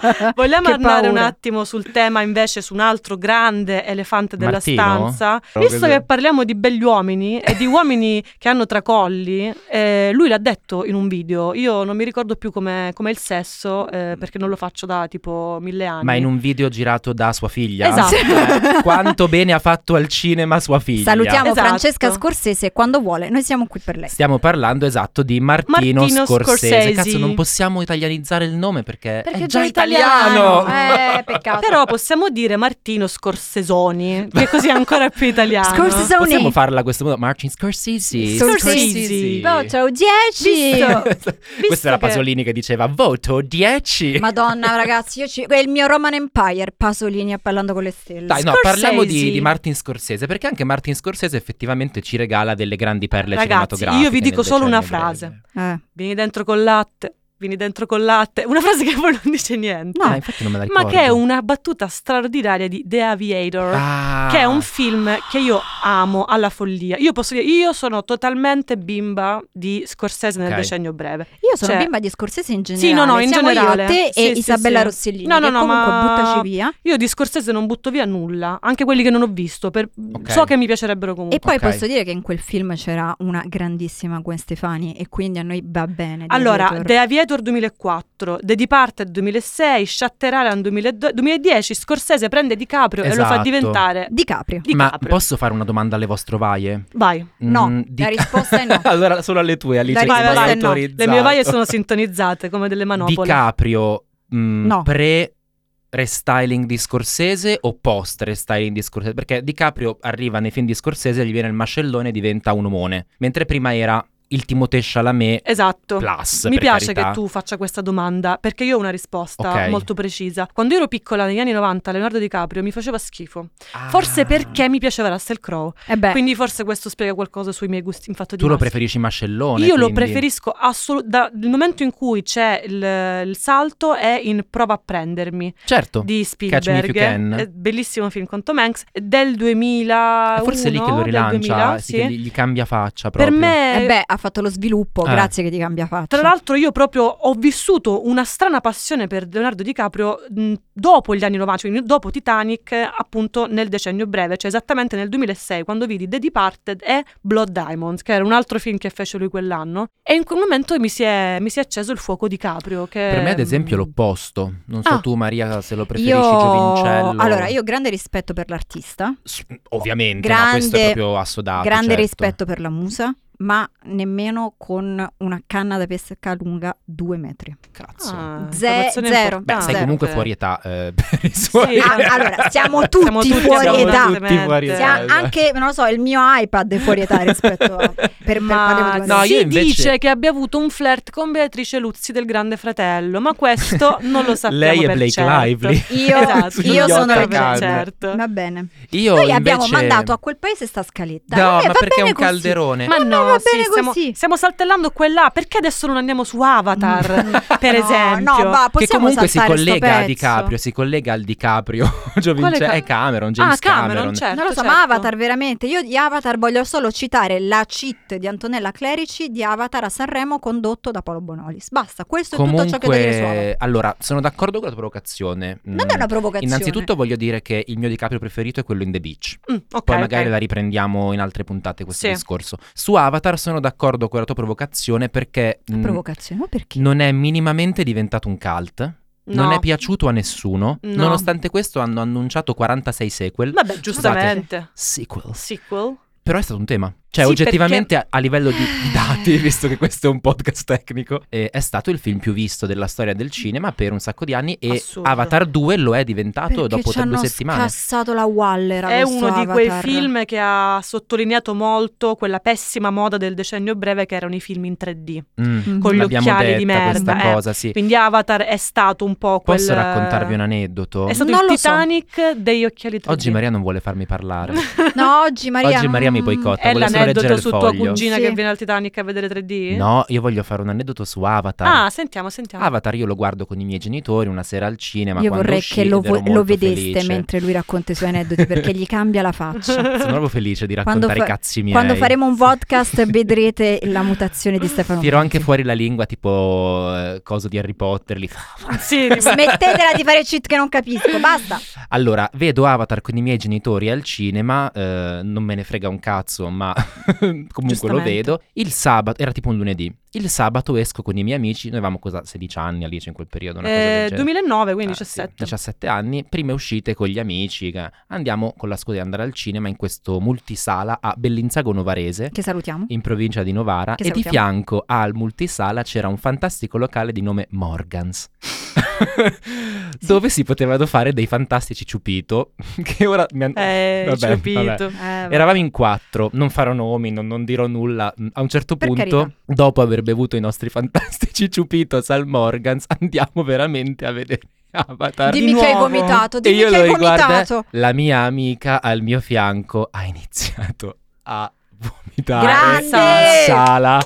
S1: Che
S3: andare un
S1: paura.
S3: attimo sul tema invece su un altro grande elefante della
S2: Martino?
S3: stanza.
S2: No,
S3: Visto
S2: credo-
S3: che parliamo di begli uomini e di uomini che hanno tracolli, eh, lui l'ha detto in un video. Io non mi ricordo più come come il sesso eh, perché non lo faccio da tipo mille anni.
S2: Ma in un video girato da sua figlia.
S3: Esatto.
S2: Eh, Quanto bene ha fatto al cinema sua figlia.
S1: Salutiamo
S3: Esatto.
S1: Francesca Scorsese quando vuole, noi siamo qui per lei.
S2: Stiamo parlando esatto di Martino,
S3: Martino
S2: Scorsese.
S3: Scorsese.
S2: Cazzo, non possiamo italianizzare il nome perché,
S1: Perché
S2: è
S1: già
S2: già
S1: italiano.
S2: italiano. [laughs]
S1: Eh, peccato.
S3: Però possiamo dire Martino Scorsesoni, che così è ancora più italiano.
S1: Scorsese-
S2: Possiamo farla a questo modo? Martin Scorsese.
S1: Scorsese. Boh, ciao 10!
S2: Questa era
S3: cioè, che-
S2: Pasolini che diceva voto 10.
S1: Madonna, ragazzi, io ci... è il mio Roman Empire, Pasolini a parlando con le stelle.
S2: Dai, no,
S3: Scorsese.
S2: parliamo di, di Martin Scorsese, perché anche Martin Scorsese effettivamente ci regala delle grandi perle
S3: Ragazzi,
S2: cinematografiche.
S3: io vi dico
S2: nel
S3: solo una
S2: decennio
S3: frase.
S2: breve.
S1: Eh,
S3: Vieni dentro col latte, vieni dentro col latte. Una frase che poi non dice niente.
S1: No.
S2: Ah, infatti non me la
S3: Ma
S2: ricordo.
S3: che è una battuta straordinaria di The Aviator.
S2: Ah.
S3: Che è un film che io amo alla follia. Io posso dire, io sono totalmente bimba di Scorsese nel
S2: Ok.
S3: decennio breve.
S1: Io sono
S3: Cioè-
S1: bimba di Scorsese in generale.
S3: Sì, no, no, in
S1: Siamo
S3: generale.
S1: Io, te
S3: Sì,
S1: e
S3: sì,
S1: Isabella
S3: sì.
S1: Rossellini.
S3: No, no,
S1: che
S3: no,
S1: comunque
S3: ma-
S1: buttaci via.
S3: Io di Scorsese non butto via nulla, anche quelli che non ho visto, per-
S2: Ok.
S3: so che mi piacerebbero comunque.
S1: E poi
S2: Ok.
S1: posso dire che in quel film c'era una grandissima Gwen Stefani e quindi a noi va bene. The
S3: Allora,
S1: Aviator.
S3: The Aviator 2004, The Departed 2006, Shutter Island 2002 2010, Scorsese prende DiCaprio e lo fa
S2: Esatto.
S3: diventare
S1: DiCaprio.
S2: Ma
S3: DiCaprio.
S2: posso fare una domanda alle vostre ovaie?
S3: Vai.
S1: No,
S2: Mm, di-
S1: la risposta è
S2: [laughs]
S1: no.
S2: allora, solo alle tue, Alice.
S1: La
S2: che mi hai
S3: risposta è no.
S2: autorizzato.
S3: Le mie varie sono sintonizzate come delle manopole.
S2: DiCaprio mh,
S1: No.
S2: mm, pre restyling di Scorsese o post restyling di Scorsese? Perché DiCaprio arriva nei film di Scorsese, gli viene il mascellone e diventa un omone, mentre prima era il Timothée Chalamet
S3: esatto.
S2: plus.
S3: Mi
S2: per
S3: piace
S2: carità.
S3: che tu faccia questa domanda perché io ho una risposta
S2: Ok.
S3: molto precisa. Quando ero piccola negli anni 90 Leonardo DiCaprio mi faceva schifo.
S2: Ah.
S3: Forse perché mi piaceva Russell Crowe.
S1: E Eh beh,
S3: Quindi forse questo spiega qualcosa sui miei gusti. Infatti,
S2: tu lo preferisci mascellone?
S3: Io lo
S2: quindi.
S3: preferisco assolutamente. Dal momento in cui c'è il, il salto è in Prova a prendermi
S2: Certo.
S3: di
S2: Catch Me If
S3: Spielberg.
S2: You Can.
S3: Eh, Bellissimo film con Tom Hanks. è Del 2000.
S2: È forse lì che lo rilancia, eh,
S3: 2000,
S2: sì,
S3: sì.
S2: che gli, gli cambia faccia
S3: Per
S2: proprio.
S3: me.
S1: eh beh, ha fatto lo sviluppo,
S2: Eh.
S1: grazie che ti cambia faccia.
S3: Tra l'altro io proprio ho vissuto una strana passione per Leonardo DiCaprio mh, dopo gli anni 90, quindi dopo Titanic, eh, appunto nel decennio breve, cioè esattamente nel 2006 quando vidi The Departed e Blood Diamonds, che era un altro film che fece lui quell'anno, e in quel momento mi si è, mi si è acceso il fuoco DiCaprio. Che,
S2: Per me, ad esempio,
S3: mh,
S2: l'opposto. Non so
S3: ehm, Ah.
S2: tu, Maria, se lo preferisci
S1: io...
S2: Giovincello.
S1: Allora, io ho grande rispetto per l'artista,
S2: S- Ovviamente, ma
S1: Grande-
S2: questo è proprio assodato.
S1: grande
S2: certo.
S1: rispetto per la musa, ma nemmeno con una canna da pesca lunga due metri.
S3: Ah,
S2: Cazzo.
S1: Ze-
S3: informazione
S1: zero.
S2: Beh, sei
S1: Ah,
S3: importante.
S2: comunque fuori età eh, [laughs] per i suoi.
S3: Sì. Ah,
S1: allora,
S2: [laughs]
S1: siamo tutti
S3: Siamo
S1: fuori
S3: siamo
S1: età.
S3: tutti fuori
S1: Sì,
S3: età.
S2: Siamo- esatto.
S1: anche, non lo so, il mio iPad è fuori età rispetto a... per- per,
S3: Ma
S1: parliamo di-
S2: No,
S3: si
S2: io invece-
S3: dice che abbia avuto un flirt con Beatrice Luzzi del Grande Fratello, ma
S1: [laughs]
S3: questo non lo sappiamo
S2: Lei è
S3: per
S2: Blake
S3: certo.
S2: Lively.
S1: Io,
S3: [laughs]
S2: [laughs]
S3: Esatto,
S1: io
S3: non lo
S1: sono
S3: sappiamo
S2: Yacht
S1: la
S3: per
S2: Academy.
S3: certo.
S1: Va bene.
S2: Io
S1: Noi
S2: invece...
S1: abbiamo mandato a quel paese sta scaletta.
S2: No,
S1: Eh,
S2: ma
S1: va
S2: perché è
S1: bene
S2: un
S1: così.
S2: calderone.
S3: Ma
S1: Ma
S3: no,
S1: no, va
S3: sì,
S1: bene
S3: stiamo,
S1: così.
S3: stiamo saltellando quella. Perché adesso non andiamo su Avatar, [laughs] per
S1: [laughs] No,
S3: esempio?
S1: No, ma
S2: Che
S1: possiamo
S2: comunque si
S1: saltare sto
S2: collega a
S1: pezzo?
S2: DiCaprio, si collega al DiCaprio, [laughs]
S3: Quale
S2: Giovince,
S3: ca-
S2: è Cameron, James
S3: ah, Cameron, certo.
S1: Non lo so,
S3: certo.
S1: ma Avatar veramente, io di Avatar voglio solo citare la cheat di Antonella Clerici di Avatar a Sanremo condotto da Paolo Bonolis. Basta, questo è tutto ciò che ho da dire su Avatar.
S2: Comunque, mm, allora, sono d'accordo con la provocazione.
S1: Non è
S2: Mm,
S1: una provocazione.
S2: Innanzitutto voglio dire che il mio DiCaprio preferito è quello in The Beach.
S3: Mm, ok,
S2: Poi
S3: ok.
S2: magari la riprendiamo in altre puntate questo
S3: Sì.
S2: discorso. Su Avatar sono d'accordo con la tua provocazione perché mm, mh,
S1: provocazione, ma perché?
S2: non è minimamente diventato un cult, non
S3: No.
S2: è piaciuto a nessuno.
S3: No.
S2: Nonostante questo hanno annunciato 46 sequel.
S3: Vabbè, giustamente.
S2: Sequels.
S3: Sequel.
S2: Però è stato un tema. Cioè,
S3: Sì,
S2: oggettivamente a, a livello di di dati, [laughs] visto che questo è un podcast tecnico, eh, è stato il film più visto della storia del cinema per un sacco di anni e
S3: Assurdo.
S2: Avatar 2 lo è diventato
S1: Perché
S2: dopo
S1: ci
S2: tre- due
S1: hanno
S2: settimane.
S1: scassato la Waller a
S3: È
S1: questo
S3: uno di quei
S1: Avatar.
S3: film che ha sottolineato molto quella pessima moda del decennio breve che erano i film in 3D.
S2: Mm,
S3: con gli
S2: l'abbiamo
S3: occhiali di
S2: detta
S3: merda,
S2: Questa
S3: eh.
S2: cosa, sì.
S3: Quindi Avatar è stato un po' quel...
S2: Posso raccontarvi un aneddoto?
S3: È stato
S1: Non
S3: il
S1: lo so.
S3: Titanic degli occhiali 3D.
S2: Oggi Maria non vuole farmi parlare.
S1: [laughs] No, oggi Maria
S2: Oggi Maria mi
S1: mm,
S2: boicotta.
S3: È
S2: volevo solo leggere
S3: l'aneddoto
S2: il
S3: su tua
S2: foglio.
S3: cugina
S1: Sì.
S3: che viene al Titanic a vedere 3D?
S2: No, io voglio fare un aneddoto su Avatar.
S3: Ah, sentiamo, sentiamo.
S2: Avatar io lo guardo con i miei genitori una sera al cinema.
S1: Esatto. Io
S2: quando
S1: vorrei
S2: uscì,
S1: che lo,
S2: ed ero
S1: vo- lo
S2: molto
S1: vedeste
S2: felice.
S1: mentre lui racconta i
S2: [laughs]
S1: suoi aneddoti perché gli cambia la faccia.
S2: Sono proprio felice di
S1: Quando
S2: raccontare
S1: fa-
S2: i cazzi miei.
S1: Quando faremo un
S2: [laughs]
S1: podcast vedrete la mutazione di Stefano.
S2: Tiro anche
S1: Monti.
S2: fuori la lingua tipo eh, coso di Harry Potter. lì.
S3: [laughs] Sì,
S1: Smettetela di fare cheat che non capisco, basta.
S2: Allora, vedo Avatar con i miei genitori al cinema, eh, non me ne frega un cazzo, ma [laughs] comunque lo
S3: Giustamente.
S2: vedo. Il sabato, era tipo un lunedì, il sabato esco con i miei amici, noi avevamo cosa, 16 anni Alice in quel periodo, una cosa del
S3: Eh,
S2: genere.
S3: 2009, quindi
S2: Ah, sì,
S3: 17.
S2: 17 anni, prime uscite con gli amici, che andiamo con la scuola di andare al cinema in questo multisala a Bellinzago Novarese.
S1: Che salutiamo.
S2: In provincia di Novara
S1: Che
S2: e di
S1: salutiamo.
S2: fianco al multisala c'era un fantastico locale di nome Morgans. [laughs] Dove si potevano fare dei fantastici ciupito. [laughs] Che ora mi hanno.
S3: Eh,
S2: Vabbè,
S3: ci ho capito.
S2: vabbè.
S1: Eh,
S2: Ehm, Eravamo in quattro, non farò nomi, non, non dirò nulla. A un certo
S1: Per
S2: punto,
S1: carità.
S2: dopo aver bevuto i nostri [laughs] fantastici ciupitos al Morgans, andiamo veramente a vedere Avatar.
S1: dimmi
S3: di
S1: che hai
S3: nuovo.
S1: vomitato,
S2: e
S1: dimmi
S2: io
S1: che
S2: lo
S1: hai
S2: riguardo,
S1: vomitato.
S2: eh, la mia amica al mio fianco ha iniziato a vomitare
S1: Grande!
S2: in sala.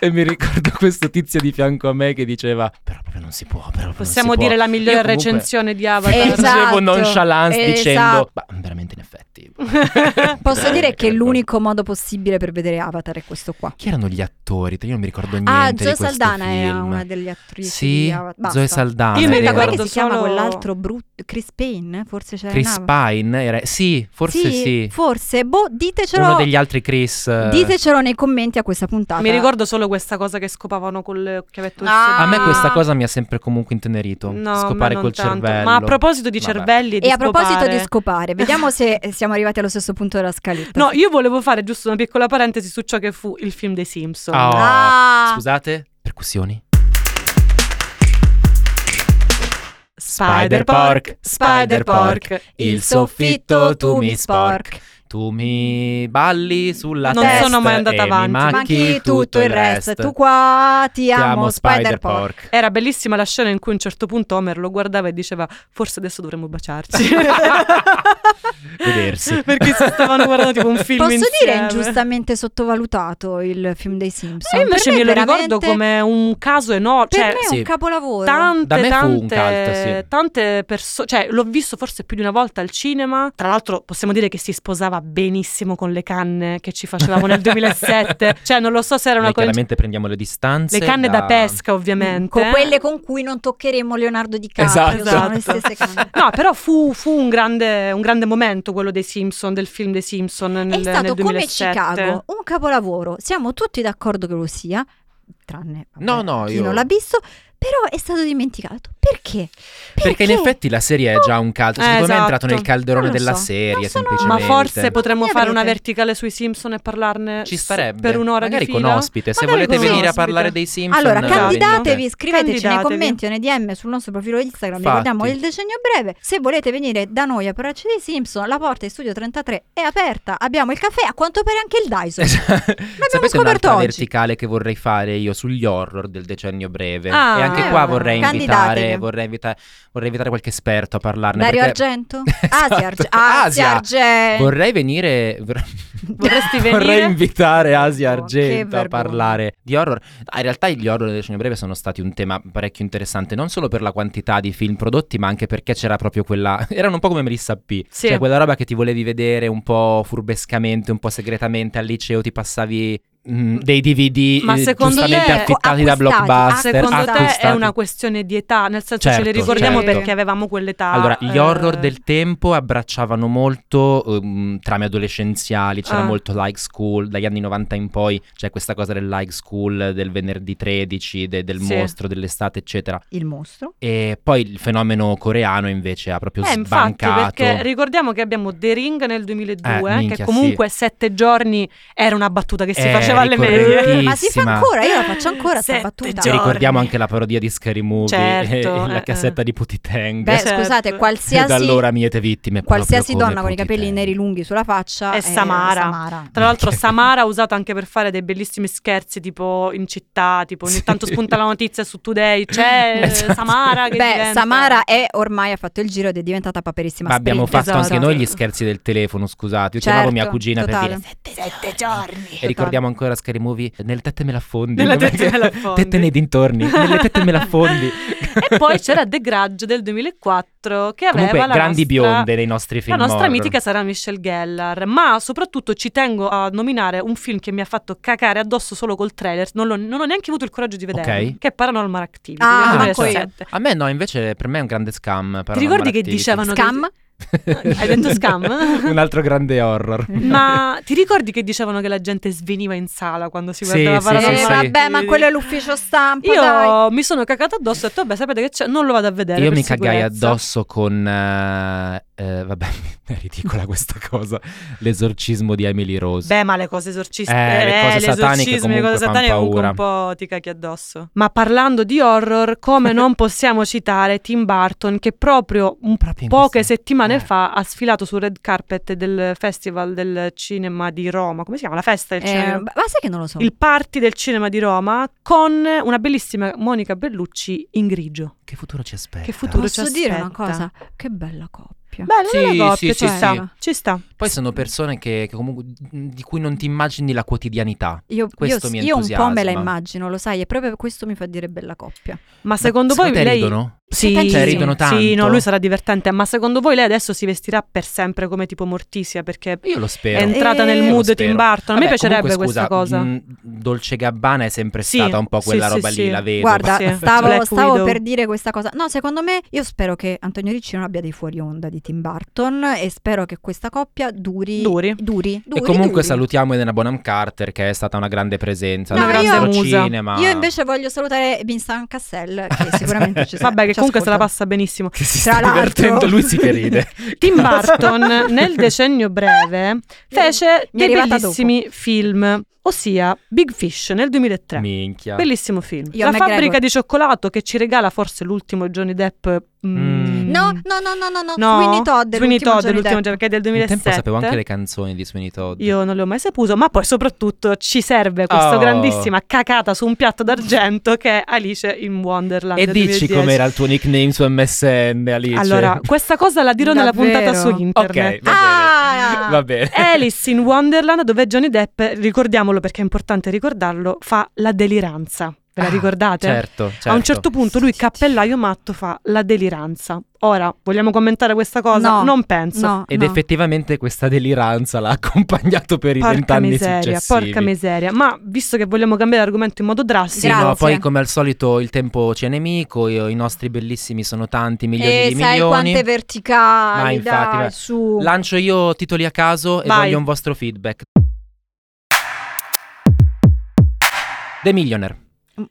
S2: E mi ricordo questo tizio di fianco a me che diceva, però proprio non si può, però proprio
S3: Possiamo
S2: non si può."
S3: dire la migliore
S2: Io comunque-
S3: recensione di
S2: Facevo
S3: Avatar.
S1: Esatto.
S2: nonchalance
S1: esatto.
S2: dicendo, ma veramente in effetti.
S1: [laughs]
S2: Ecco.
S1: Posso dire che
S2: l'unico
S1: l'unico modo possibile per vedere Avatar è questo qua.
S2: Chi erano gli attori? Io non mi ricordo niente
S1: Ah,
S2: di
S1: Zoe
S2: questo
S1: Saldana è
S2: film.
S1: una delle attrici di
S2: Sì,
S1: Avatar. Basta.
S2: Zoe Saldana.
S3: Io mi
S2: vero.
S1: Aspetta, com'è
S3: ricordo
S1: che si chiama
S3: solo-
S1: quell'altro brutto? Chris Payne? Forse c'era
S2: Chris
S1: in Avatar.
S2: Pine era... Sì, forse sì.
S1: Forse, boh, ditecelo.
S2: Uno degli altri Chris. eh.
S1: Ditecelo nei commenti a questa puntata.
S3: Mi ricordo solo questa cosa che scopavano col chiavetto USB.
S1: Ah.
S2: A me questa cosa mi ha sempre comunque intenerito.
S3: No, a me
S2: scopare
S3: non
S2: col
S3: tanto.
S2: cervello.
S3: Ma a proposito di
S2: Vabbè.
S3: cervelli di
S1: E a proposito di
S3: scopare- [laughs]
S1: scopare, vediamo se eh, siamo arrivati allo stesso punto della scaletta.
S3: No, io volevo fare giusto una piccola parentesi su ciò che fu il film dei Simpson.
S2: Ah, oh,
S1: Ah.
S2: Scusate? Percussioni.
S3: Spider Pork, Spider Pork.
S2: Il soffitto tu mi sporc. Tu mi balli sulla
S3: Non
S2: testa.
S3: sono mai andata
S2: e mi
S3: avanti.
S1: Manchi tutto il resto. Tu qua ti
S2: Ti
S1: amo,
S2: amo
S1: Spider Pork.
S2: Pork.
S3: Era bellissima la scena in cui a un certo punto Homer lo guardava e diceva forse adesso dovremmo baciarci.
S2: [laughs] Vedersi.
S3: Perché si stavano guardando
S1: [laughs]
S3: tipo un film
S1: Posso dire
S3: insieme.
S1: ingiustamente sottovalutato il film dei
S3: E
S1: Simpson?
S3: invece
S1: Per
S3: me
S1: me
S3: lo
S1: veramente-
S3: ricordo come un caso enorme.
S1: Per
S3: Cioè,
S1: me è
S2: sì.
S1: un capolavoro.
S3: tante,
S2: Da me fu un
S3: tante,
S2: cult, sì.
S3: tante persone, cioè l'ho visto forse più di una volta al cinema. Tra l'altro possiamo dire che si sposava benissimo con le canne che ci facevamo nel
S2: [laughs]
S3: 2007. Cioè non lo so se era una
S2: Noi
S3: cosa...
S2: chiaramente prendiamo le distanze.
S3: Le canne da, pesca ovviamente.
S1: Con quelle con cui non toccheremo Leonardo DiCaprio.
S2: Esatto.
S1: Sono le stesse canne.
S3: No, però fu, fu un, grande, un grande momento quello dei Simpson, del film dei Simpson nel,
S1: È stato
S3: nel
S1: come
S3: 2007.
S1: Chicago, un capolavoro. Siamo tutti d'accordo che lo sia. tranne vabbè,
S2: No, no,
S1: chi
S2: io-
S1: non l'ha visto, però è stato dimenticato. Perché?
S2: Perché in effetti la serie è già un caldo.
S3: Eh,
S2: Secondo me è
S3: esatto.
S2: entrato nel calderone
S1: Non lo
S2: della
S1: so.
S2: serie,
S1: Non sono-
S3: Ma
S2: semplicemente.
S3: forse potremmo
S1: Ne
S3: fare una
S1: avrete.
S3: verticale sui Simpson e parlarne
S2: Ci
S3: s-
S2: starebbe.
S3: per un'ora
S2: Magari
S3: di
S2: con
S3: fila.
S2: ospite. Se
S3: Magari
S2: volete
S3: con
S2: venire a
S3: ospite.
S2: parlare dei Simpson.
S1: Allora,
S2: eh,
S1: candidatevi,
S2: [laughs] venite.
S1: scriveteci nei
S3: Candidatevi.
S1: commenti o nei DM sul nostro profilo Instagram,
S2: Infatti.
S1: ricordiamo il decennio breve. Se volete venire da noi a Paracci dei Simpson, la porta di Studio 33 è aperta, abbiamo il caffè, a quanto pare anche il Dyson.
S2: Esatto. Sapete un'altra
S1: scoperto oggi.
S2: verticale che vorrei fare io sugli horror del decennio breve?
S3: Ah.
S2: e anche qua
S1: Eh,
S2: vorrei
S1: candidatevi.
S2: invitare, vorrei, invita- vorrei invitare qualche esperto a parlarne.
S1: Dario
S2: perché [laughs]
S1: Argento? eh.
S2: Esatto.
S1: Asia, Arge-
S2: Asia.
S1: Asia Argento.
S2: Vorrei venire. vor-
S3: Vorresti
S2: [laughs] Vorrei
S3: venire?
S2: invitare Asia
S1: Oh, che
S2: Argento a
S1: vergogna.
S2: parlare di horror. Ah, In realtà gli horror del decennio breve sono stati un tema parecchio interessante, non solo per la quantità di film prodotti, ma anche perché c'era proprio quella. [laughs] Erano un po' come Melissa P.
S3: Sì.
S2: Cioè quella roba che ti volevi vedere un po' furbescamente, un po' segretamente al liceo, ti passavi mm, dei DVD
S3: Ma
S2: eh,
S3: secondo
S2: giustamente
S3: te-
S2: affittati da
S1: acquistati,
S2: blockbuster.
S3: Secondo te è
S2: acquistati.
S3: una questione di età? Nel senso ce le
S2: Certo,
S3: ricordiamo
S1: certo.
S3: perché avevamo quell'età.
S2: Allora, gli
S3: eh,
S2: horror del tempo abbracciavano molto ehm, trame adolescenziali, c'era
S3: Ah.
S2: molto like school, dagli anni 90 in poi c'è questa cosa del like school, del venerdì 13, de- del
S3: Sì.
S2: mostro, dell'estate, eccetera.
S1: Il mostro.
S2: E poi il fenomeno coreano invece ha proprio
S3: Eh, infatti,
S2: sbancato.
S3: perché ricordiamo che abbiamo The Ring nel 2002,
S2: Eh, minchia,
S3: che comunque sette giorni era una battuta che si
S2: Eh,
S3: faceva alle
S2: ricorrente.
S3: medie.
S1: Ma si fa
S2: Bellissima.
S1: ancora, io la faccio ancora sta
S3: Sette
S1: battuta.
S2: E
S3: giorni.
S2: ricordiamo anche la parodia di Scary Movie
S3: Certo,
S2: [laughs] e la
S3: eh,
S2: cassetta
S3: eh.
S2: di Putiteng. [laughs]
S1: Beh,
S3: Certo.
S1: scusate,
S2: e da
S1: qualsiasi
S2: allora miete vittime. proprio
S1: qualsiasi
S2: come
S1: donna con i capelli
S2: Putiteng.
S1: neri lunghi sulla faccia
S3: È Samara. Tra l'altro Samara ha usato anche per fare dei bellissimi scherzi tipo in città, tipo ogni
S2: Sì.
S3: tanto spunta la notizia su Today, c'è eh,
S2: [laughs] Esatto.
S3: Samara che
S1: Beh,
S3: diventa-
S1: Samara è ormai ha fatto il giro ed è diventata paperissima.
S2: Ma abbiamo
S1: Sprint.
S2: fatto
S3: Esatto.
S2: anche noi gli scherzi del telefono, scusate. Io
S1: Certo,
S2: chiamavo mia cugina
S1: totale.
S2: per dire
S4: sette giorni.
S2: E ricordiamo ancora Scary Movie nel tette me la fondi.
S3: Nella
S2: Dov'è
S3: Esatto. tette
S2: che-
S3: me la fondi. Eh
S2: Tette nei dintorni, nelle tette me
S3: [laughs]
S2: la fondi.
S3: E poi c'era The Grudge del 2004 che aveva
S2: [laughs] Comunque
S3: la
S2: grandi
S3: nostra-
S2: bionde nei nostri
S3: La
S2: film
S3: nostra
S2: horror.
S3: mitica sarà Michelle Gellar, ma soprattutto ci tengo a nominare un film che mi ha fatto cacare addosso solo col trailer, non, l'ho- non ho neanche avuto il coraggio di vedere,
S2: Ok.
S3: che è Paranormal Activity
S1: Ah,
S3: del
S2: manco io.
S3: 2007.
S2: A me no, invece per me è un grande scam.
S3: Ti ricordi che dicevano... che-
S1: Scam?
S3: Hai detto scam?
S2: [laughs] un altro
S3: [laughs]
S2: grande horror. [laughs]
S3: Ma ti ricordi che dicevano che la gente sveniva in sala quando si
S2: Sì,
S3: guardava
S2: sì,
S3: Paranormal
S2: sì,
S1: Eh,
S2: sì.
S3: Activity?
S1: vabbè, ma quello è l'ufficio stampa,
S3: Io
S1: dai.
S3: mi sono cacata addosso e ho detto, vabbè, sapete che c'è? Non lo vado a vedere.
S2: Io
S3: per
S2: mi cagai
S3: sicurezza."
S2: addosso con. eh, eh, vabbè, [laughs] è ridicola questa cosa. L'esorcismo di Emily Rose.
S3: Beh, ma le cose esorciste,
S2: Eh, le cose sataniche
S3: esorcismi, le
S2: comunque
S3: cose
S2: fan
S3: sataniche comunque un po' ti cacchi addosso. Ma parlando di horror, come
S2: [laughs]
S3: non possiamo citare Tim Burton che proprio un
S2: Proprio in
S3: poche
S2: questa-
S3: settimane
S2: eh.
S3: fa ha sfilato sul red carpet del Festival del Cinema di Roma, come si chiama? La festa del
S1: Eh,
S3: cinema?
S1: ma sai che non lo so.
S3: Il party del cinema di Roma con una bellissima Monica Bellucci in grigio.
S2: Che futuro ci aspetta?
S3: Che futuro
S1: Posso
S3: ci
S1: dire una
S3: aspetta.
S1: cosa? Che bella coppia.
S3: Bello,
S2: Sì,
S3: bella coppia, cioè.
S2: sì,
S3: ci
S2: sì,
S3: sta,
S2: sì.
S3: ci sta.
S2: Poi sono persone che, che comunque, di cui non ti immagini la quotidianità.
S1: Io,
S2: Questo
S1: io-
S2: mi
S1: io un po' me la
S2: entusiasma.
S1: immagino, lo sai, e proprio questo mi fa dire bella coppia.
S3: Ma secondo
S2: Ma
S3: voi
S2: te
S3: lei
S2: ridono?
S3: Sì,
S1: Tantissimo.
S2: Cioè, ridono
S3: Sì,
S2: tanto?
S3: no, lui sarà divertente, ma secondo voi lei adesso si vestirà per sempre come tipo Mortisia perché
S2: Io lo
S3: è
S2: spero.
S3: entrata
S1: Eh,
S3: nel
S1: lo
S3: mood
S2: spero.
S3: Tim Burton? A me
S2: Vabbè,
S3: piacerebbe
S2: comunque, scusa, mm,
S3: questa cosa.
S2: mh, Dolce Gabbana è sempre
S3: Sì,
S2: stata un po'
S3: sì,
S2: quella
S3: sì,
S2: roba
S3: sì.
S2: lì, la vedo.
S1: Guarda,
S3: Sì.
S1: stavo,
S3: Black
S1: stavo
S3: Widow.
S1: per dire questa cosa. No, secondo me, io spero che Antonio Ricci non abbia dei fuori onda di Tim Burton e spero che questa coppia duri.
S3: Duri.
S2: eh,
S1: Duri. duri,
S2: e comunque
S1: duri.
S2: salutiamo Elena Bonham Carter che è stata una grande presenza
S1: No,
S2: del
S1: io-
S2: nostro
S3: musa.
S2: cinema.
S1: Io invece voglio salutare Vincent Cassel,
S2: [laughs]
S1: che sicuramente ci
S3: Vabbè,
S1: ci
S3: che comunque se la
S1: ascolta.
S3: passa benissimo.
S2: che si
S1: Tra
S2: sta
S1: l'altro-
S2: divertendo, lui si che ride.
S3: [laughs] Tim
S2: [laughs]
S3: Burton nel decennio breve fece
S1: Mi è
S3: dei
S1: arrivata
S3: bellissimi film, ossia Big Fish nel 2003.
S2: Minchia.
S3: Bellissimo film.
S1: Io
S3: La
S1: McGregor.
S3: fabbrica di cioccolato che ci regala forse l'ultimo Johnny Depp. mm,
S2: Mm.
S1: No, no, no, no, no, no.
S3: No,
S1: Sweeney Todd, è
S3: Sweeney
S1: l'ultimo
S3: Todd,
S1: Johnny
S3: l'ultimo
S1: Depp.
S3: Johnny- perché è del
S2: Un
S3: 2007.
S2: tempo sapevo anche le canzoni di Sweeney Todd.
S3: Io non le ho mai saputo, ma poi soprattutto ci serve questa
S2: Oh.
S3: grandissima cacata su un piatto d'argento che è Alice in Wonderland.
S2: E
S3: del
S2: dici
S3: 2010.
S2: com'era il tuo nickname su MSN, Alice?
S3: Allora, questa cosa la dirò nella
S1: Davvero?
S3: puntata su internet.
S2: ok, va
S1: Ah!
S2: bene. Va bene.
S3: Alice in Wonderland, dove Johnny Depp, ricordiamolo perché è importante ricordarlo, fa la deliranza. Ve la
S2: Ah,
S3: ricordate?
S2: Certo, certo.
S3: A un certo punto lui, cappellaio matto, fa la deliranza. Ora, vogliamo commentare questa cosa?
S1: No.
S3: non penso.
S1: No,
S2: Ed
S1: no.
S2: effettivamente questa deliranza l'ha [laughs] accompagnato per i
S3: Porca
S2: vent'anni
S3: miseria,
S2: successivi.
S3: porca miseria. Ma visto che vogliamo cambiare argomento in modo
S2: Sì,
S3: drastico,
S1: Grazie.
S2: no, poi come al solito il tempo c'è nemico, io- i nostri bellissimi sono tanti, milioni
S1: Eh,
S2: di
S1: sai
S2: milioni.
S1: quante verticali,
S2: Ma infatti,
S1: dai,
S2: ma-
S1: su.
S2: Lancio io titoli a caso e
S3: Vai.
S2: voglio un vostro feedback. The Millionaire.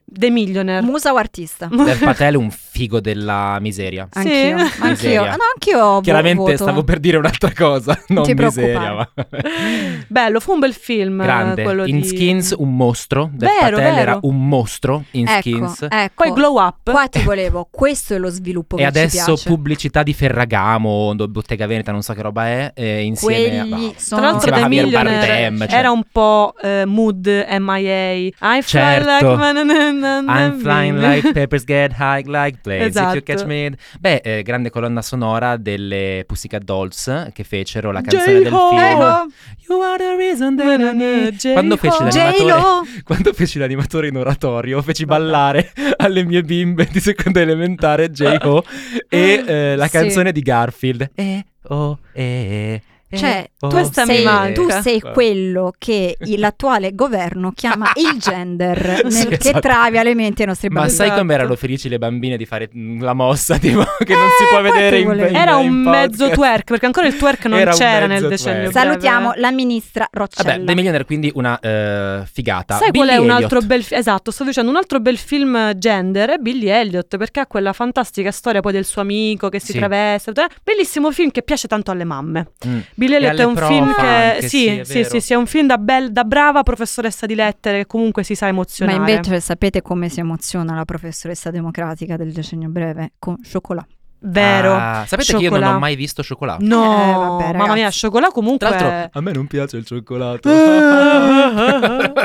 S3: The Millionaire.
S1: Musa o artista?
S3: Mm,
S2: Dev Patel è un figo della miseria.
S3: Sì.
S1: Anch'io, anch'io.
S2: Miseria.
S1: No, anch'io. vo-
S2: Chiaramente
S1: boh, voto.
S2: stavo per dire un'altra cosa, non
S1: ti
S2: miseria. Ma...
S3: [laughs] Bello, fu un bel film. eh, quello
S2: [laughs] Grande. In
S3: di-
S2: Skins un mostro. Dev
S3: Vero,
S2: Patel
S3: vero.
S2: era un mostro in
S1: Ecco,
S2: Skins.
S1: ecco.
S3: Poi Glow Up.
S1: Qua ti volevo, questo è lo sviluppo
S2: E
S1: che
S2: adesso
S1: ci piace.
S2: pubblicità di Ferragamo, do- Bottega Veneta, non so che roba è, e insieme a...
S1: Quelli
S2: Wow.
S1: sono
S3: Tra l'altro
S2: Insieme a
S3: The
S2: Javier
S3: Millionaire
S2: Bardem, cioè.
S3: era un po' eh, mood MIA. I fly
S2: Certo.
S3: like... na- na- na- na-
S2: I'm flying
S3: na-
S2: like papers get high like planes if you
S3: Esatto.
S2: catch me. Beh, eh, grande colonna sonora delle Pussycat Dolls che fecero la canzone del
S3: J-Ho.
S2: film.
S3: J-Ho.
S2: You are the reason that I need.
S3: J-Ho.
S2: Quando feci l'animatore,
S1: J-Lo!
S2: [laughs] quando feci l'animatore in oratorio, feci ballare [laughs] alle mie bimbe di seconda elementare J-Ho e eh, la
S1: Sì.
S2: canzone di Garfield. E oh e
S1: Cioè,
S3: tu Ecco. Questa mi
S1: sei,
S3: manca.
S1: tu sei quello che i- l'attuale governo
S3: [laughs]
S1: chiama il gender, nel-
S2: Sì,
S1: che
S2: esatto.
S1: travi alle menti ai nostri
S2: Ma
S1: bambini.
S2: sai
S3: Esatto.
S2: com'erano felici le bambine di fare mm, la mossa [laughs] tipo, che non
S1: Eh,
S2: si può
S1: poi
S2: vedere
S1: ti
S2: in,
S1: volevo-
S2: in
S3: Era
S2: in
S3: un mezzo
S2: podcast.
S3: twerk, perché ancora il twerk non
S2: Era un
S3: c'era nel
S2: mezzo
S3: decennio.
S2: twerk.
S1: Salutiamo
S3: breve.
S1: la ministra
S2: Vabbè,
S1: Roccella.
S2: The Millionaire quindi una eh, figata.
S3: Sai qual è
S2: Billy
S3: un
S2: Elliot.
S3: altro bel film? Esatto, sto dicendo un altro bel film eh, gender è Billy Elliot perché ha quella fantastica storia poi del suo amico che si
S2: Sì.
S3: traveste. eh, Bellissimo film che piace tanto alle mamme.
S2: Mm.
S3: Billy
S2: E
S3: Elliot
S2: alle
S3: è un
S2: prof
S3: film che
S2: anche, sì,
S3: sì,
S2: è
S3: sì,
S2: vero.
S3: sì, sì, è un film da, bel- da brava professoressa di lettere che comunque si sa
S1: Ma
S3: emozionare.
S1: invece sapete come si emoziona la professoressa democratica del decennio breve? Con cioccolato.
S3: vero.
S2: Ah, sapete che io non
S3: Cioccolato.
S2: ho mai visto cioccolato.
S3: No,
S1: Eh, vabbè,
S3: mamma mia,
S1: ragazzi.
S3: Chocolat comunque
S2: Tra l'altro, a me non piace il cioccolato.
S3: [laughs]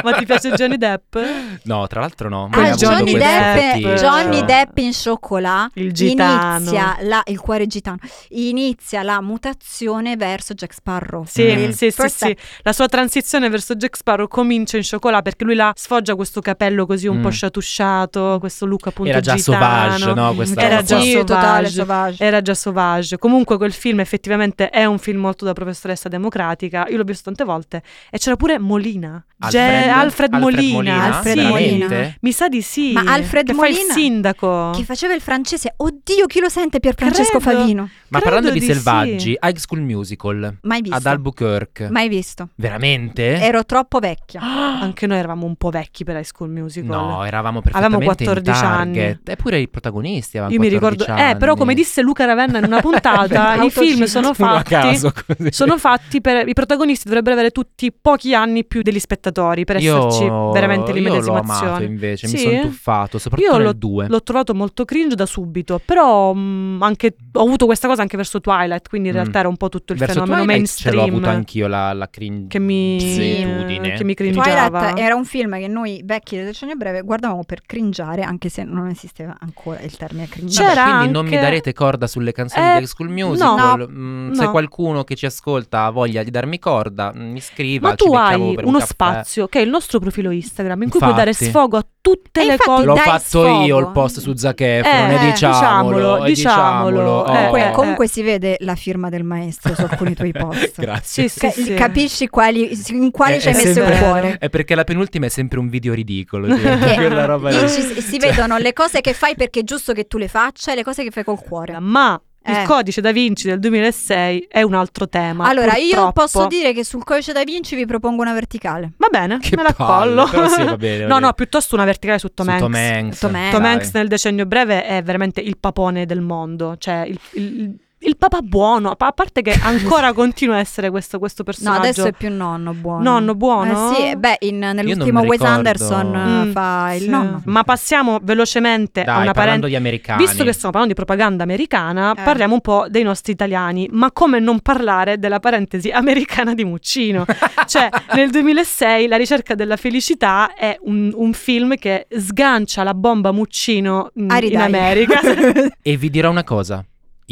S3: Ma ti piace Johnny Depp?
S2: No, tra l'altro no.
S3: Poi
S2: mai
S1: Ah,
S2: avuto
S1: Johnny
S2: questo
S1: Depp,
S2: feticcio.
S1: Johnny Depp in cioccolato
S3: Il gitano.
S1: inizia la, il cuore gitano inizia la mutazione verso Jack Sparrow.
S3: Sì,
S2: Mm.
S3: sì, sì,
S1: First
S3: sì. La sua transizione verso Jack Sparrow comincia in cioccolato perché lui la sfoggia questo capello così un
S2: Mm.
S3: po' sciatusciato, questo look appunto
S2: Era già
S3: gitano.
S2: sauvage, no? Questa
S3: Era
S2: roba
S3: già
S2: qua.
S1: Sì,
S3: sauvage.
S1: totale sauvage.
S3: Era già sauvage. Comunque quel film effettivamente è un film molto da professoressa democratica. Io l'ho visto tante volte e c'era pure Molina. Ge- Alfred Molina.
S1: Alfred
S3: sì.
S1: Molina.
S2: veramente?
S3: Mi sa di sì.
S1: Ma Alfred
S3: che fa
S1: Molina-
S3: il sindaco.
S1: Che faceva il francese. Oddio, chi lo sente Pier Francesco
S3: Credo.
S1: Favino?
S2: Ma
S3: Credo
S2: parlando di,
S3: di
S2: selvaggi, High School Musical
S1: Mai visto.
S2: ad Albuquerque. Eh.
S1: Mai visto.
S2: Veramente?
S1: Ero troppo vecchia.
S3: Anche noi eravamo un po' vecchi per High School Musical.
S2: No, eravamo
S3: Avevamo
S2: perfettamente
S3: 14
S2: in
S3: anni.
S2: target. Eppure i protagonisti avevano
S3: Io mi ricordo,
S2: 14
S3: eh, però come
S2: anni.
S3: disse Luca Ravenna in una
S1: [laughs]
S2: [laughs]
S3: puntata, i film sono
S2: Uno a
S3: fatti,
S2: caso, così.
S3: sono fatti per i protagonisti dovrebbero avere tutti pochi anni più degli spettatori per esserci veramente
S2: Io l'ho amato
S3: l'immedesimazione.
S2: invece, mi
S3: Sì?
S2: sono tuffato, soprattutto
S3: Io
S2: nel 2.
S3: L'ho trovato molto cringe da subito, però mh, anche, ho avuto questa cosa anche verso Twilight, quindi in
S2: Mm.
S3: realtà era un po' tutto il
S2: Verso
S3: fenomeno
S2: Twilight ce l'ho avuto
S3: mainstream
S2: anch'io la, la cringe
S3: che mi,
S2: Zitudine.
S3: che mi
S1: Twilight
S3: cringeava.
S1: era un film che noi vecchi del decennio breve guardavamo per cringiare, anche se non esisteva ancora il termine cringiare.
S3: C'era
S2: Quindi non
S3: anche-
S2: mi darete corda sulle canzoni
S3: Eh,
S2: di High School Musical. Mm,
S3: no.
S2: Se qualcuno che ci ascolta ha voglia di darmi corda, mm, mi scriva.
S3: Ma
S2: ci
S3: tu
S2: becchiamo
S3: hai
S2: per un
S3: uno
S2: caffè.
S3: spazio che è il nostro profilo Instagram in cui puoi dare
S2: Infatti.
S3: sfogo a tutte
S1: E
S3: le
S1: infatti
S3: cose.
S2: L'ho
S1: Dai
S2: fatto
S1: sfogo.
S2: io il post su Zac
S3: Eh,
S2: Efron, e
S1: eh,
S2: diciamolo,
S3: diciamolo,
S2: e diciamolo.
S3: diciamolo.
S2: oh.
S1: Comunque,
S3: eh.
S1: comunque si vede la firma del maestro su alcuni
S2: [laughs]
S1: tuoi post.
S2: Grazie.
S3: Sì,
S1: Ca-
S3: sì, sì.
S1: Capisci quali, in quali
S2: Eh,
S1: ci hai
S2: è
S1: messo il
S2: sempre-
S1: cuore.
S2: È perché la penultima è sempre un video ridicolo. sì.
S1: Che-
S2: [laughs] Quella roba lì.
S1: Lì ci- si
S2: Cioè-
S1: vedono le cose che fai perché è giusto che tu le faccia e le cose che fai col cuore.
S3: Ma
S1: Eh.
S3: il codice da Vinci del 2006 è un altro tema.
S1: Allora, io
S3: purtroppo.
S1: posso dire che sul codice da Vinci vi propongo una verticale.
S3: Va bene,
S2: [laughs] Che
S3: me la
S2: palle,
S3: collo.
S2: però sì,
S3: [laughs]
S2: va bene, va
S3: no,
S2: bene.
S3: no, piuttosto una verticale su Tom
S2: Su
S3: Hanks.
S2: Tom Hanks.
S1: Tom Hanks.
S3: Tom
S2: dai.
S3: Hanks nel decennio breve è veramente il papone del mondo. Cioè, il. il- il papà buono, pa- a parte
S2: [laughs]
S3: che ancora continua a essere questo, questo
S1: No,
S3: personaggio.
S1: adesso è più nonno buono.
S3: Nonno buono?
S1: Eh sì, beh, in- nell'ultimo
S2: mi
S1: Wes
S2: ricordo.
S1: Anderson eh,
S3: Mm,
S1: fa il
S3: sì.
S1: nonno.
S3: Ma passiamo velocemente a
S2: Dai,
S3: una
S2: parlando
S3: parentesi.
S2: di americani.
S3: Visto che stiamo parlando di propaganda americana,
S1: Eh.
S3: parliamo un po' dei nostri italiani, ma come non parlare della parentesi americana
S1: [laughs]
S3: di Muccino? cioè, nel 2006 La ricerca della felicità è un, un film che sgancia la bomba Muccino mh,
S1: A
S3: in
S1: Ah, ridai. [laughs]
S3: America. [laughs]
S2: E vi dirò una cosa.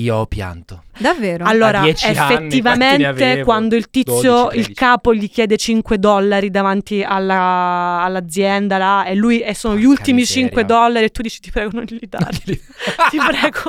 S2: Io ho pianto.
S1: Davvero?
S3: allora,
S2: A 10 anni, quanti
S3: effettivamente,
S2: ne avevo?
S3: quando il tizio,
S2: 12,
S3: il
S2: 13.
S3: capo gli chiede 5 dollari davanti alla- all'azienda là, e lui e sono gli
S2: Porca
S3: ultimi
S2: miseria.
S3: 5 dollari, e tu dici: Ti prego, non gli darli.
S2: [laughs]
S3: Ti prego,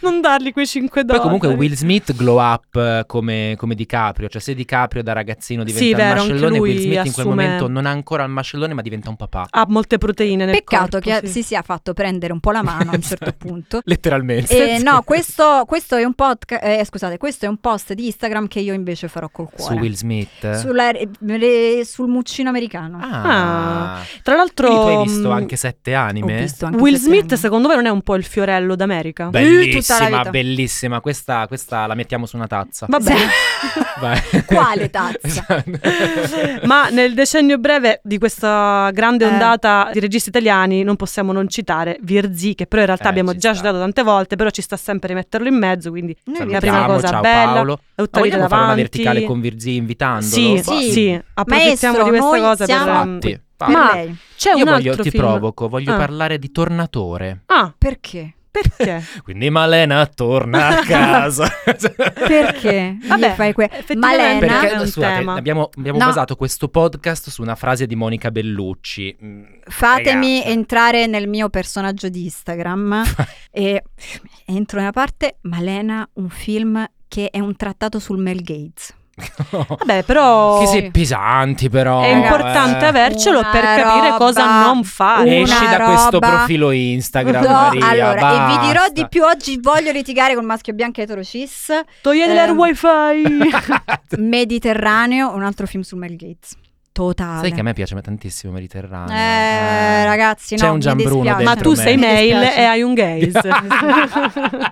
S3: non dargli quei 5
S2: Poi
S3: dollari.
S2: comunque Will Smith glow up eh, come, come DiCaprio, cioè se DiCaprio da ragazzino diventa
S3: Sì,
S2: un
S3: vero, anche
S2: mascellone,
S3: lui
S2: Will Smith in quel
S3: assume-
S2: momento non ha ancora il mascellone ma diventa un papà.
S3: ha molte proteine nel
S1: Peccato
S3: corpo,
S1: che
S3: sì.
S1: si
S3: [laughs]
S1: sia fatto prendere un po' la mano a un certo punto.
S2: Letteralmente.
S1: Eh, no, questo, questo è un podcast. eh, scusate, questo è un post di Instagram che io invece farò col
S2: [laughs] Su
S1: cuore.
S2: Will Smith.
S1: Sulla- re- sul muccino americano.
S2: Ah,
S3: Tra l'altro,
S2: quindi tu hai visto
S3: mh,
S2: anche sette
S1: Ho
S2: anime?
S1: visto anche
S3: Will
S1: questi
S3: Smith,
S1: anni.
S3: secondo me, non è un po' il fiorello d'America.
S1: Beh, tutta la
S2: Bellissima,
S1: vita.
S2: bellissima. Questa, questa la mettiamo su una tazza.
S3: Va [laughs] bene.
S2: Vai. [laughs] Esatto,
S1: Quale tazza?
S3: [laughs] Ma nel decennio breve di questa grande
S1: Eh.
S3: ondata di registi italiani non possiamo non citare Virzì, che però in realtà
S2: Eh,
S3: abbiamo
S2: ci
S3: già
S2: sta.
S3: citato tante volte, però ci sta sempre rimetterlo in mezzo, quindi
S1: Noi
S2: Salutiamo,
S3: la prima cosa
S2: ciao
S3: bella,
S2: Paolo.
S3: la
S2: Ma
S3: buttare
S2: vogliamo fare una
S3: davanti.
S2: verticale con Virzi invitandolo?
S3: Sì,
S1: Sì.
S3: sì, approfittiamo
S1: Maestro,
S3: di questa
S1: noi
S3: cosa
S1: siamo-
S3: per um,
S2: Infatti,
S1: Per
S3: Ma-
S1: lei.
S3: C'è
S2: io
S3: un
S2: voglio-
S3: altro
S2: ti
S3: film.
S2: provoco, voglio
S3: Ah.
S2: parlare di Tornatore.
S3: Ah,
S1: Perché?
S2: [laughs]
S3: perché?
S2: Quindi Malena
S3: [laughs]
S2: torna a casa.
S1: Perché?
S3: Vabbè,
S1: mi fai que-
S3: effettivamente-
S1: Malena,
S3: è
S2: Perché
S3: un
S2: scusate,
S3: tema.
S2: abbiamo, abbiamo
S1: No.
S2: basato questo podcast su una frase di Monica Bellucci. Mm,
S1: fatemi
S2: ragazzi.
S1: entrare nel mio personaggio di
S2: [laughs]
S1: Instagram e entro nella parte Malena, un film che è un trattato sul Mel Gates.
S3: Vabbè, però
S2: Che
S1: Sì,
S2: sei pesanti però.
S3: è
S1: ragazzi.
S3: importante
S2: eh.
S3: avercelo
S1: Una
S3: per capire
S1: roba,
S3: cosa non fare.
S1: una
S2: Esci da questo
S1: roba-
S2: profilo Instagram,
S1: No,
S2: Maria.
S1: allora, e vi dirò
S2: basta.
S1: di più, oggi voglio litigare col maschio bianco
S2: [laughs]
S1: eterocis,
S3: Togliete il
S1: ehm,
S3: wifi.
S1: Mediterraneo, un altro film sul Mel Gates. Totale.
S2: Sai che a me piace tantissimo Mediterraneo.
S1: Eh, ragazzi,
S2: C'è
S1: no,
S2: un
S1: mi
S2: Gianbruno
S1: dispiace.
S3: Ma
S2: dentro
S3: tu sei eh,
S1: Mi
S3: male
S1: dispiace.
S3: e hai un gays.
S2: [laughs]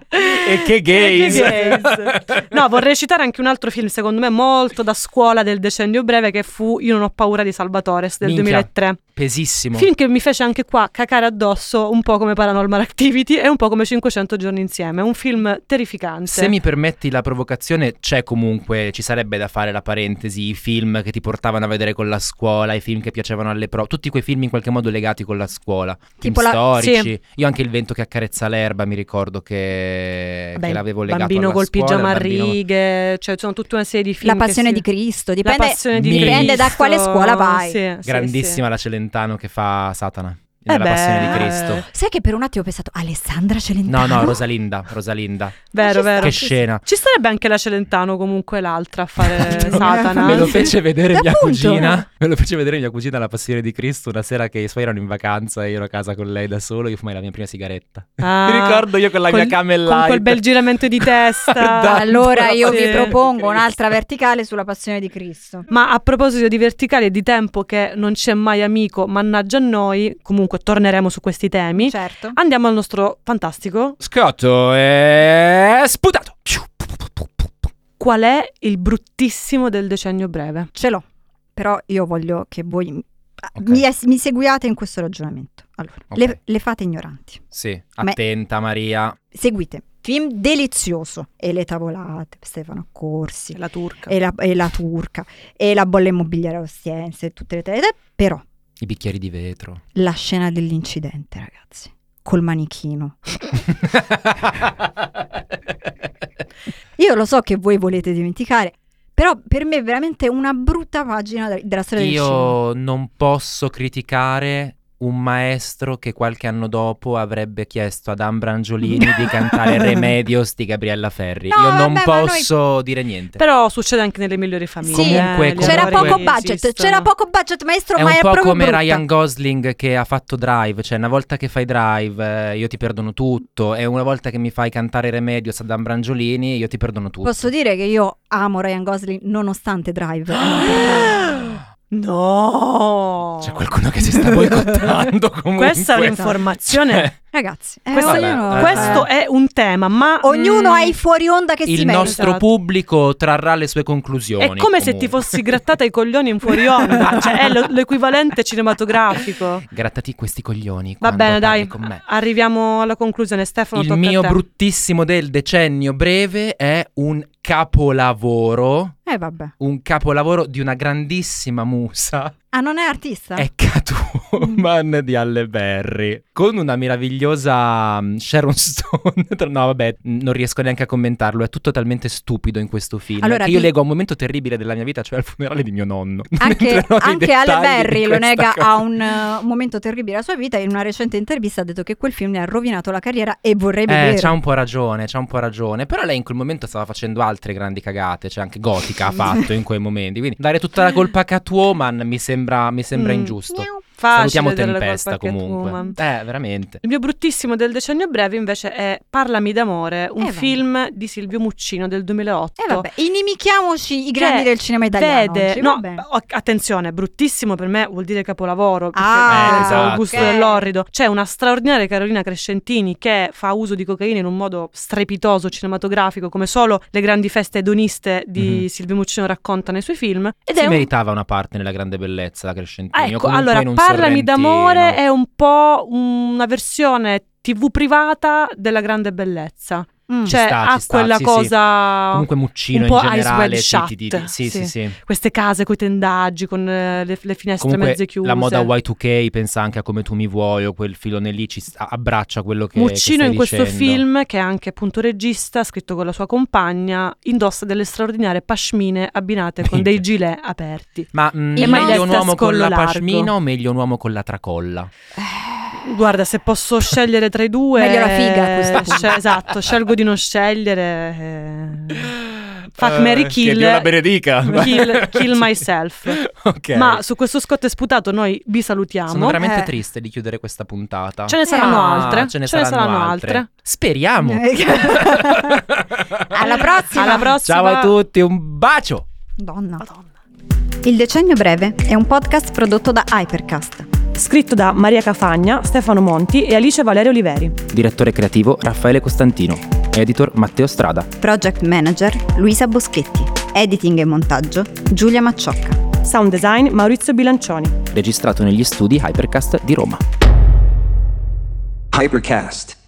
S2: E che gays.
S3: E che gays. No, vorrei citare anche un altro film, secondo me molto da scuola del decennio breve, che fu Io non ho paura di Salvatore del
S2: Minchia.
S3: 2003.
S2: Pesissimo.
S3: Film che mi fece anche qua cacare addosso, un po' come Paranormal Activity e un po' come 500 giorni insieme. Un film terrificante.
S2: Se mi permetti la provocazione, c'è comunque, ci sarebbe da fare la parentesi, i film che ti portavano a vedere con la scuola, i film che piacevano alle pro, tutti quei film in qualche modo legati con la scuola, film
S1: Tipo la-
S2: storici.
S3: sì.
S2: Io anche Il vento che accarezza l'erba, mi ricordo che,
S3: Vabbè,
S2: che l'avevo legato
S3: Bambino
S2: alla
S3: col
S2: scuola,
S3: pigiama a
S2: il bambino-
S3: righe, cioè sono tutta una serie di film.
S1: La passione
S3: che
S1: di
S3: si-
S1: Cristo,
S3: La
S1: dipende
S3: passione di
S2: dipende
S1: da
S3: Cristo.
S1: quale scuola vai.
S3: Sì, sì,
S2: Grandissima la Celentano che fa Satana
S3: sì. Eh
S2: nella Passione di
S3: beh,
S2: Cristo.
S1: Sai che per un attimo ho pensato Alessandra
S2: No,
S1: Celentano?
S3: [laughs]
S2: no, Rosalinda, Rosalinda.
S3: Vero,
S1: Ci sta.
S3: vero.
S2: che
S1: sì, sì.
S2: scena.
S3: Ci sarebbe anche la Celentano comunque l'altra a
S2: [laughs]
S3: fare Eh, Satana.
S2: Me lo fece vedere mia
S1: Appunto.
S2: cugina. Me lo fece vedere mia cugina alla passione di Cristo una sera che i suoi erano in vacanza e io ero a casa con lei da solo. Io fumai la mia prima sigaretta.
S3: Ah,
S2: Mi ricordo io con la
S3: col-
S2: mia camellata.
S3: con quel bel giramento di
S2: [laughs]
S3: testa.
S1: Allora io
S3: Sì.
S1: vi propongo un'altra verticale sulla passione di Cristo.
S3: Ma a proposito di verticali e di tempo che non c'è mai amico, mannaggia a noi, comunque torneremo su questi temi.
S1: Certo.
S3: Andiamo al nostro fantastico.
S2: Scotto e sputato.
S3: Qual è il bruttissimo del decennio breve?
S1: Ce l'ho, però io voglio che voi
S2: Ok.
S1: mi, mi seguiate in questo ragionamento. Allora,
S2: Ok.
S1: le, le fate ignoranti.
S2: Sì,
S1: Ma-
S2: attenta Maria.
S1: Seguite, film delizioso. E le tavolate, Stefano Corsi,
S2: Certo.
S3: La turca.
S1: e la, e la turca, e la bolla immobiliare ostiense, e tutte le tele. Però
S2: I bicchieri di vetro.
S1: la scena dell'incidente, ragazzi, col manichino. Io lo so che voi volete dimenticare, però per me è veramente una brutta pagina de- della storia del cinema.
S2: Io non posso criticare un maestro che qualche anno dopo avrebbe chiesto ad Ambrangiolini
S1: [laughs]
S2: di cantare Remedios di Gabriella Ferri.
S1: No,
S2: Io non
S1: vabbè, ma noi-
S2: posso dire niente.
S3: Però succede anche nelle migliori famiglie.
S1: Sì,
S2: Comunque,
S3: eh, gli
S1: c'era
S3: errori
S1: poco
S3: che
S1: budget,
S3: esistono.
S1: c'era poco budget, maestro,
S2: È
S1: ma
S2: un
S1: è
S2: po'
S1: proprio
S2: come
S1: brutta.
S2: Ryan Gosling che ha fatto Drive, cioè una volta che fai Drive eh, io ti perdono tutto e una volta che mi fai cantare Remedios ad Ambrangiolini io ti perdono tutto.
S1: Posso dire che io amo Ryan Gosling nonostante Drive. non per
S2: [gasps]
S1: Drive.
S3: No!
S2: C'è qualcuno che si
S1: [laughs]
S2: sta boicottando comunque.
S3: Questa è un'informazione.
S2: Cioè,
S1: Ragazzi, eh,
S3: Questo-
S1: ognuno,
S2: eh,
S3: Questo è un tema, ma
S1: [laughs] ognuno
S3: mm,
S1: ha i fuori onda che si
S2: il
S1: merita.
S2: nostro
S3: esatto.
S2: pubblico trarrà le sue conclusioni.
S3: È come se ti
S2: comunque.
S3: fossi grattata i coglioni in fuori
S2: [laughs]
S3: onda, cioè è lo- l'equivalente cinematografico.
S2: Grattati questi coglioni
S3: Va
S2: quando
S3: bene,
S2: parli
S3: dai,
S2: con
S3: [laughs]
S2: me.
S3: arriviamo alla conclusione. Stefano,
S2: Il
S3: tocca a
S2: mio
S3: te.
S2: bruttissimo del decennio breve è un capolavoro,
S1: Eh vabbè.
S2: un capolavoro di una grandissima musa,
S1: Ah, non è artista?
S2: [laughs] è
S1: Mm.
S2: Catwoman di Halle Berry, con una meravigliosa mm, Sharon Stone. [laughs] Tra- No, vabbè, mm, non riesco neanche a commentarlo, è tutto talmente stupido in questo film
S1: Allora,
S2: che io
S1: vi-
S2: lego a un momento terribile della mia vita, cioè al funerale di mio nonno. [laughs] Non
S1: Anche,
S2: entrerò nei
S1: anche Ale
S2: dettagli di
S1: Berry lo
S2: questa
S1: nega
S2: cosa.
S1: a un eh, momento terribile della sua vita. In una recente intervista ha detto che quel film le ha rovinato la carriera e vorrei
S2: Eh,
S1: vedere.
S2: c'ha un po' ragione, c'ha un po' ragione. Però lei in quel momento stava facendo altre grandi cagate, cioè
S1: [laughs]
S2: anche gotica ha fatto in quei momenti. Quindi dare tutta la colpa a Catwoman mi sembra, mi sembra
S3: Mm.
S2: ingiusto.
S1: Miau.
S3: Facile
S2: Salutiamo
S3: dare la colpa a
S2: Tempesta
S3: Catwoman.
S2: comunque. Eh, veramente.
S3: Il mio bruttissimo del decennio breve invece è Parlami d'amore, un
S1: vabbè.
S3: film di Silvio Muccino del 2008.
S1: E Eh, vabbè, inimichiamoci i grandi
S2: Cioè,
S3: Che
S1: del cinema italiano.
S3: Vede,
S1: oggi, va
S3: no,
S1: bene.
S3: o- attenzione, bruttissimo per me vuol dire capolavoro, perché
S1: Ah,
S3: penso al
S2: esatto.
S3: gusto
S1: ok.
S3: dell'orrido. C'è una straordinaria Carolina Crescentini che fa uso di cocaina in un modo strepitoso cinematografico, come solo le grandi feste edoniste di
S2: Mhm.
S3: Silvio Muccino raccontano nei suoi film. Ed
S2: si
S3: è un
S2: meritava una parte nella grande bellezza la Crescentini.
S3: Ah,
S2: o
S3: ecco,
S2: comunque
S3: allora
S2: in un
S3: Parlami d'amore
S2: Sorrentino.
S3: è un po' una versione TV privata della grande bellezza.
S1: Mm.
S3: Cioè
S2: sta, ci
S3: ha
S2: sta,
S3: quella
S2: sì, sì.
S3: cosa
S2: Comunque Muccino
S3: un po'
S2: in
S3: Eyes
S2: generale.
S3: Wide
S2: Sì, ti- ti-
S3: Shut,
S2: sì, sì,
S3: sì.
S2: sì.
S3: queste case con i tendaggi, con eh, le, le finestre
S2: Comunque
S3: mezze chiuse.
S2: la moda Y2K pensa anche a come tu mi vuoi o quel filone lì ci sta- abbraccia quello che che
S3: Muccino
S2: stai
S3: in questo
S2: dicendo.
S3: film, che è anche appunto regista, scritto con la sua compagna, indossa delle straordinarie pashmine abbinate con dei gilet aperti.
S2: Ma mm,
S1: E
S2: meglio
S1: maglietta
S2: un uomo con
S3: scollo
S2: la
S3: largo.
S2: pashmina o meglio un uomo con la tracolla?
S3: Guarda, se posso scegliere tra i due...
S1: Meglio la figa a questo
S3: eh,
S1: punto.
S3: sce- esatto, scelgo di non scegliere... eh. Fuck, Mary, kill...
S2: benedica.
S3: Kill-
S2: [laughs]
S3: kill myself.
S2: Ok.
S3: eh. Ma su questo scotto e sputato noi vi salutiamo.
S2: Sono veramente
S1: Eh.
S2: triste di chiudere questa puntata.
S3: Ce ne saranno
S1: Ah,
S3: altre.
S2: Ce ne saranno, altre. Speriamo.
S1: [laughs]
S3: [laughs]
S1: Alla prossima.
S3: Eh. Alla prossima.
S2: Ciao a tutti, un bacio.
S1: Donna.
S3: Madonna.
S1: Il decennio breve è un podcast prodotto da Hypercast.
S3: Scritto da Maria Cafagna, Stefano Monti e Alice Valerio Oliveri.
S2: Direttore creativo Raffaele Costantino. Editor Matteo Strada.
S1: Project manager Luisa Boschetti. Editing e montaggio Giulia Macciocca.
S3: Sound design Maurizio Bilancioni.
S2: Registrato negli studi Hypercast di Roma.
S4: Hypercast.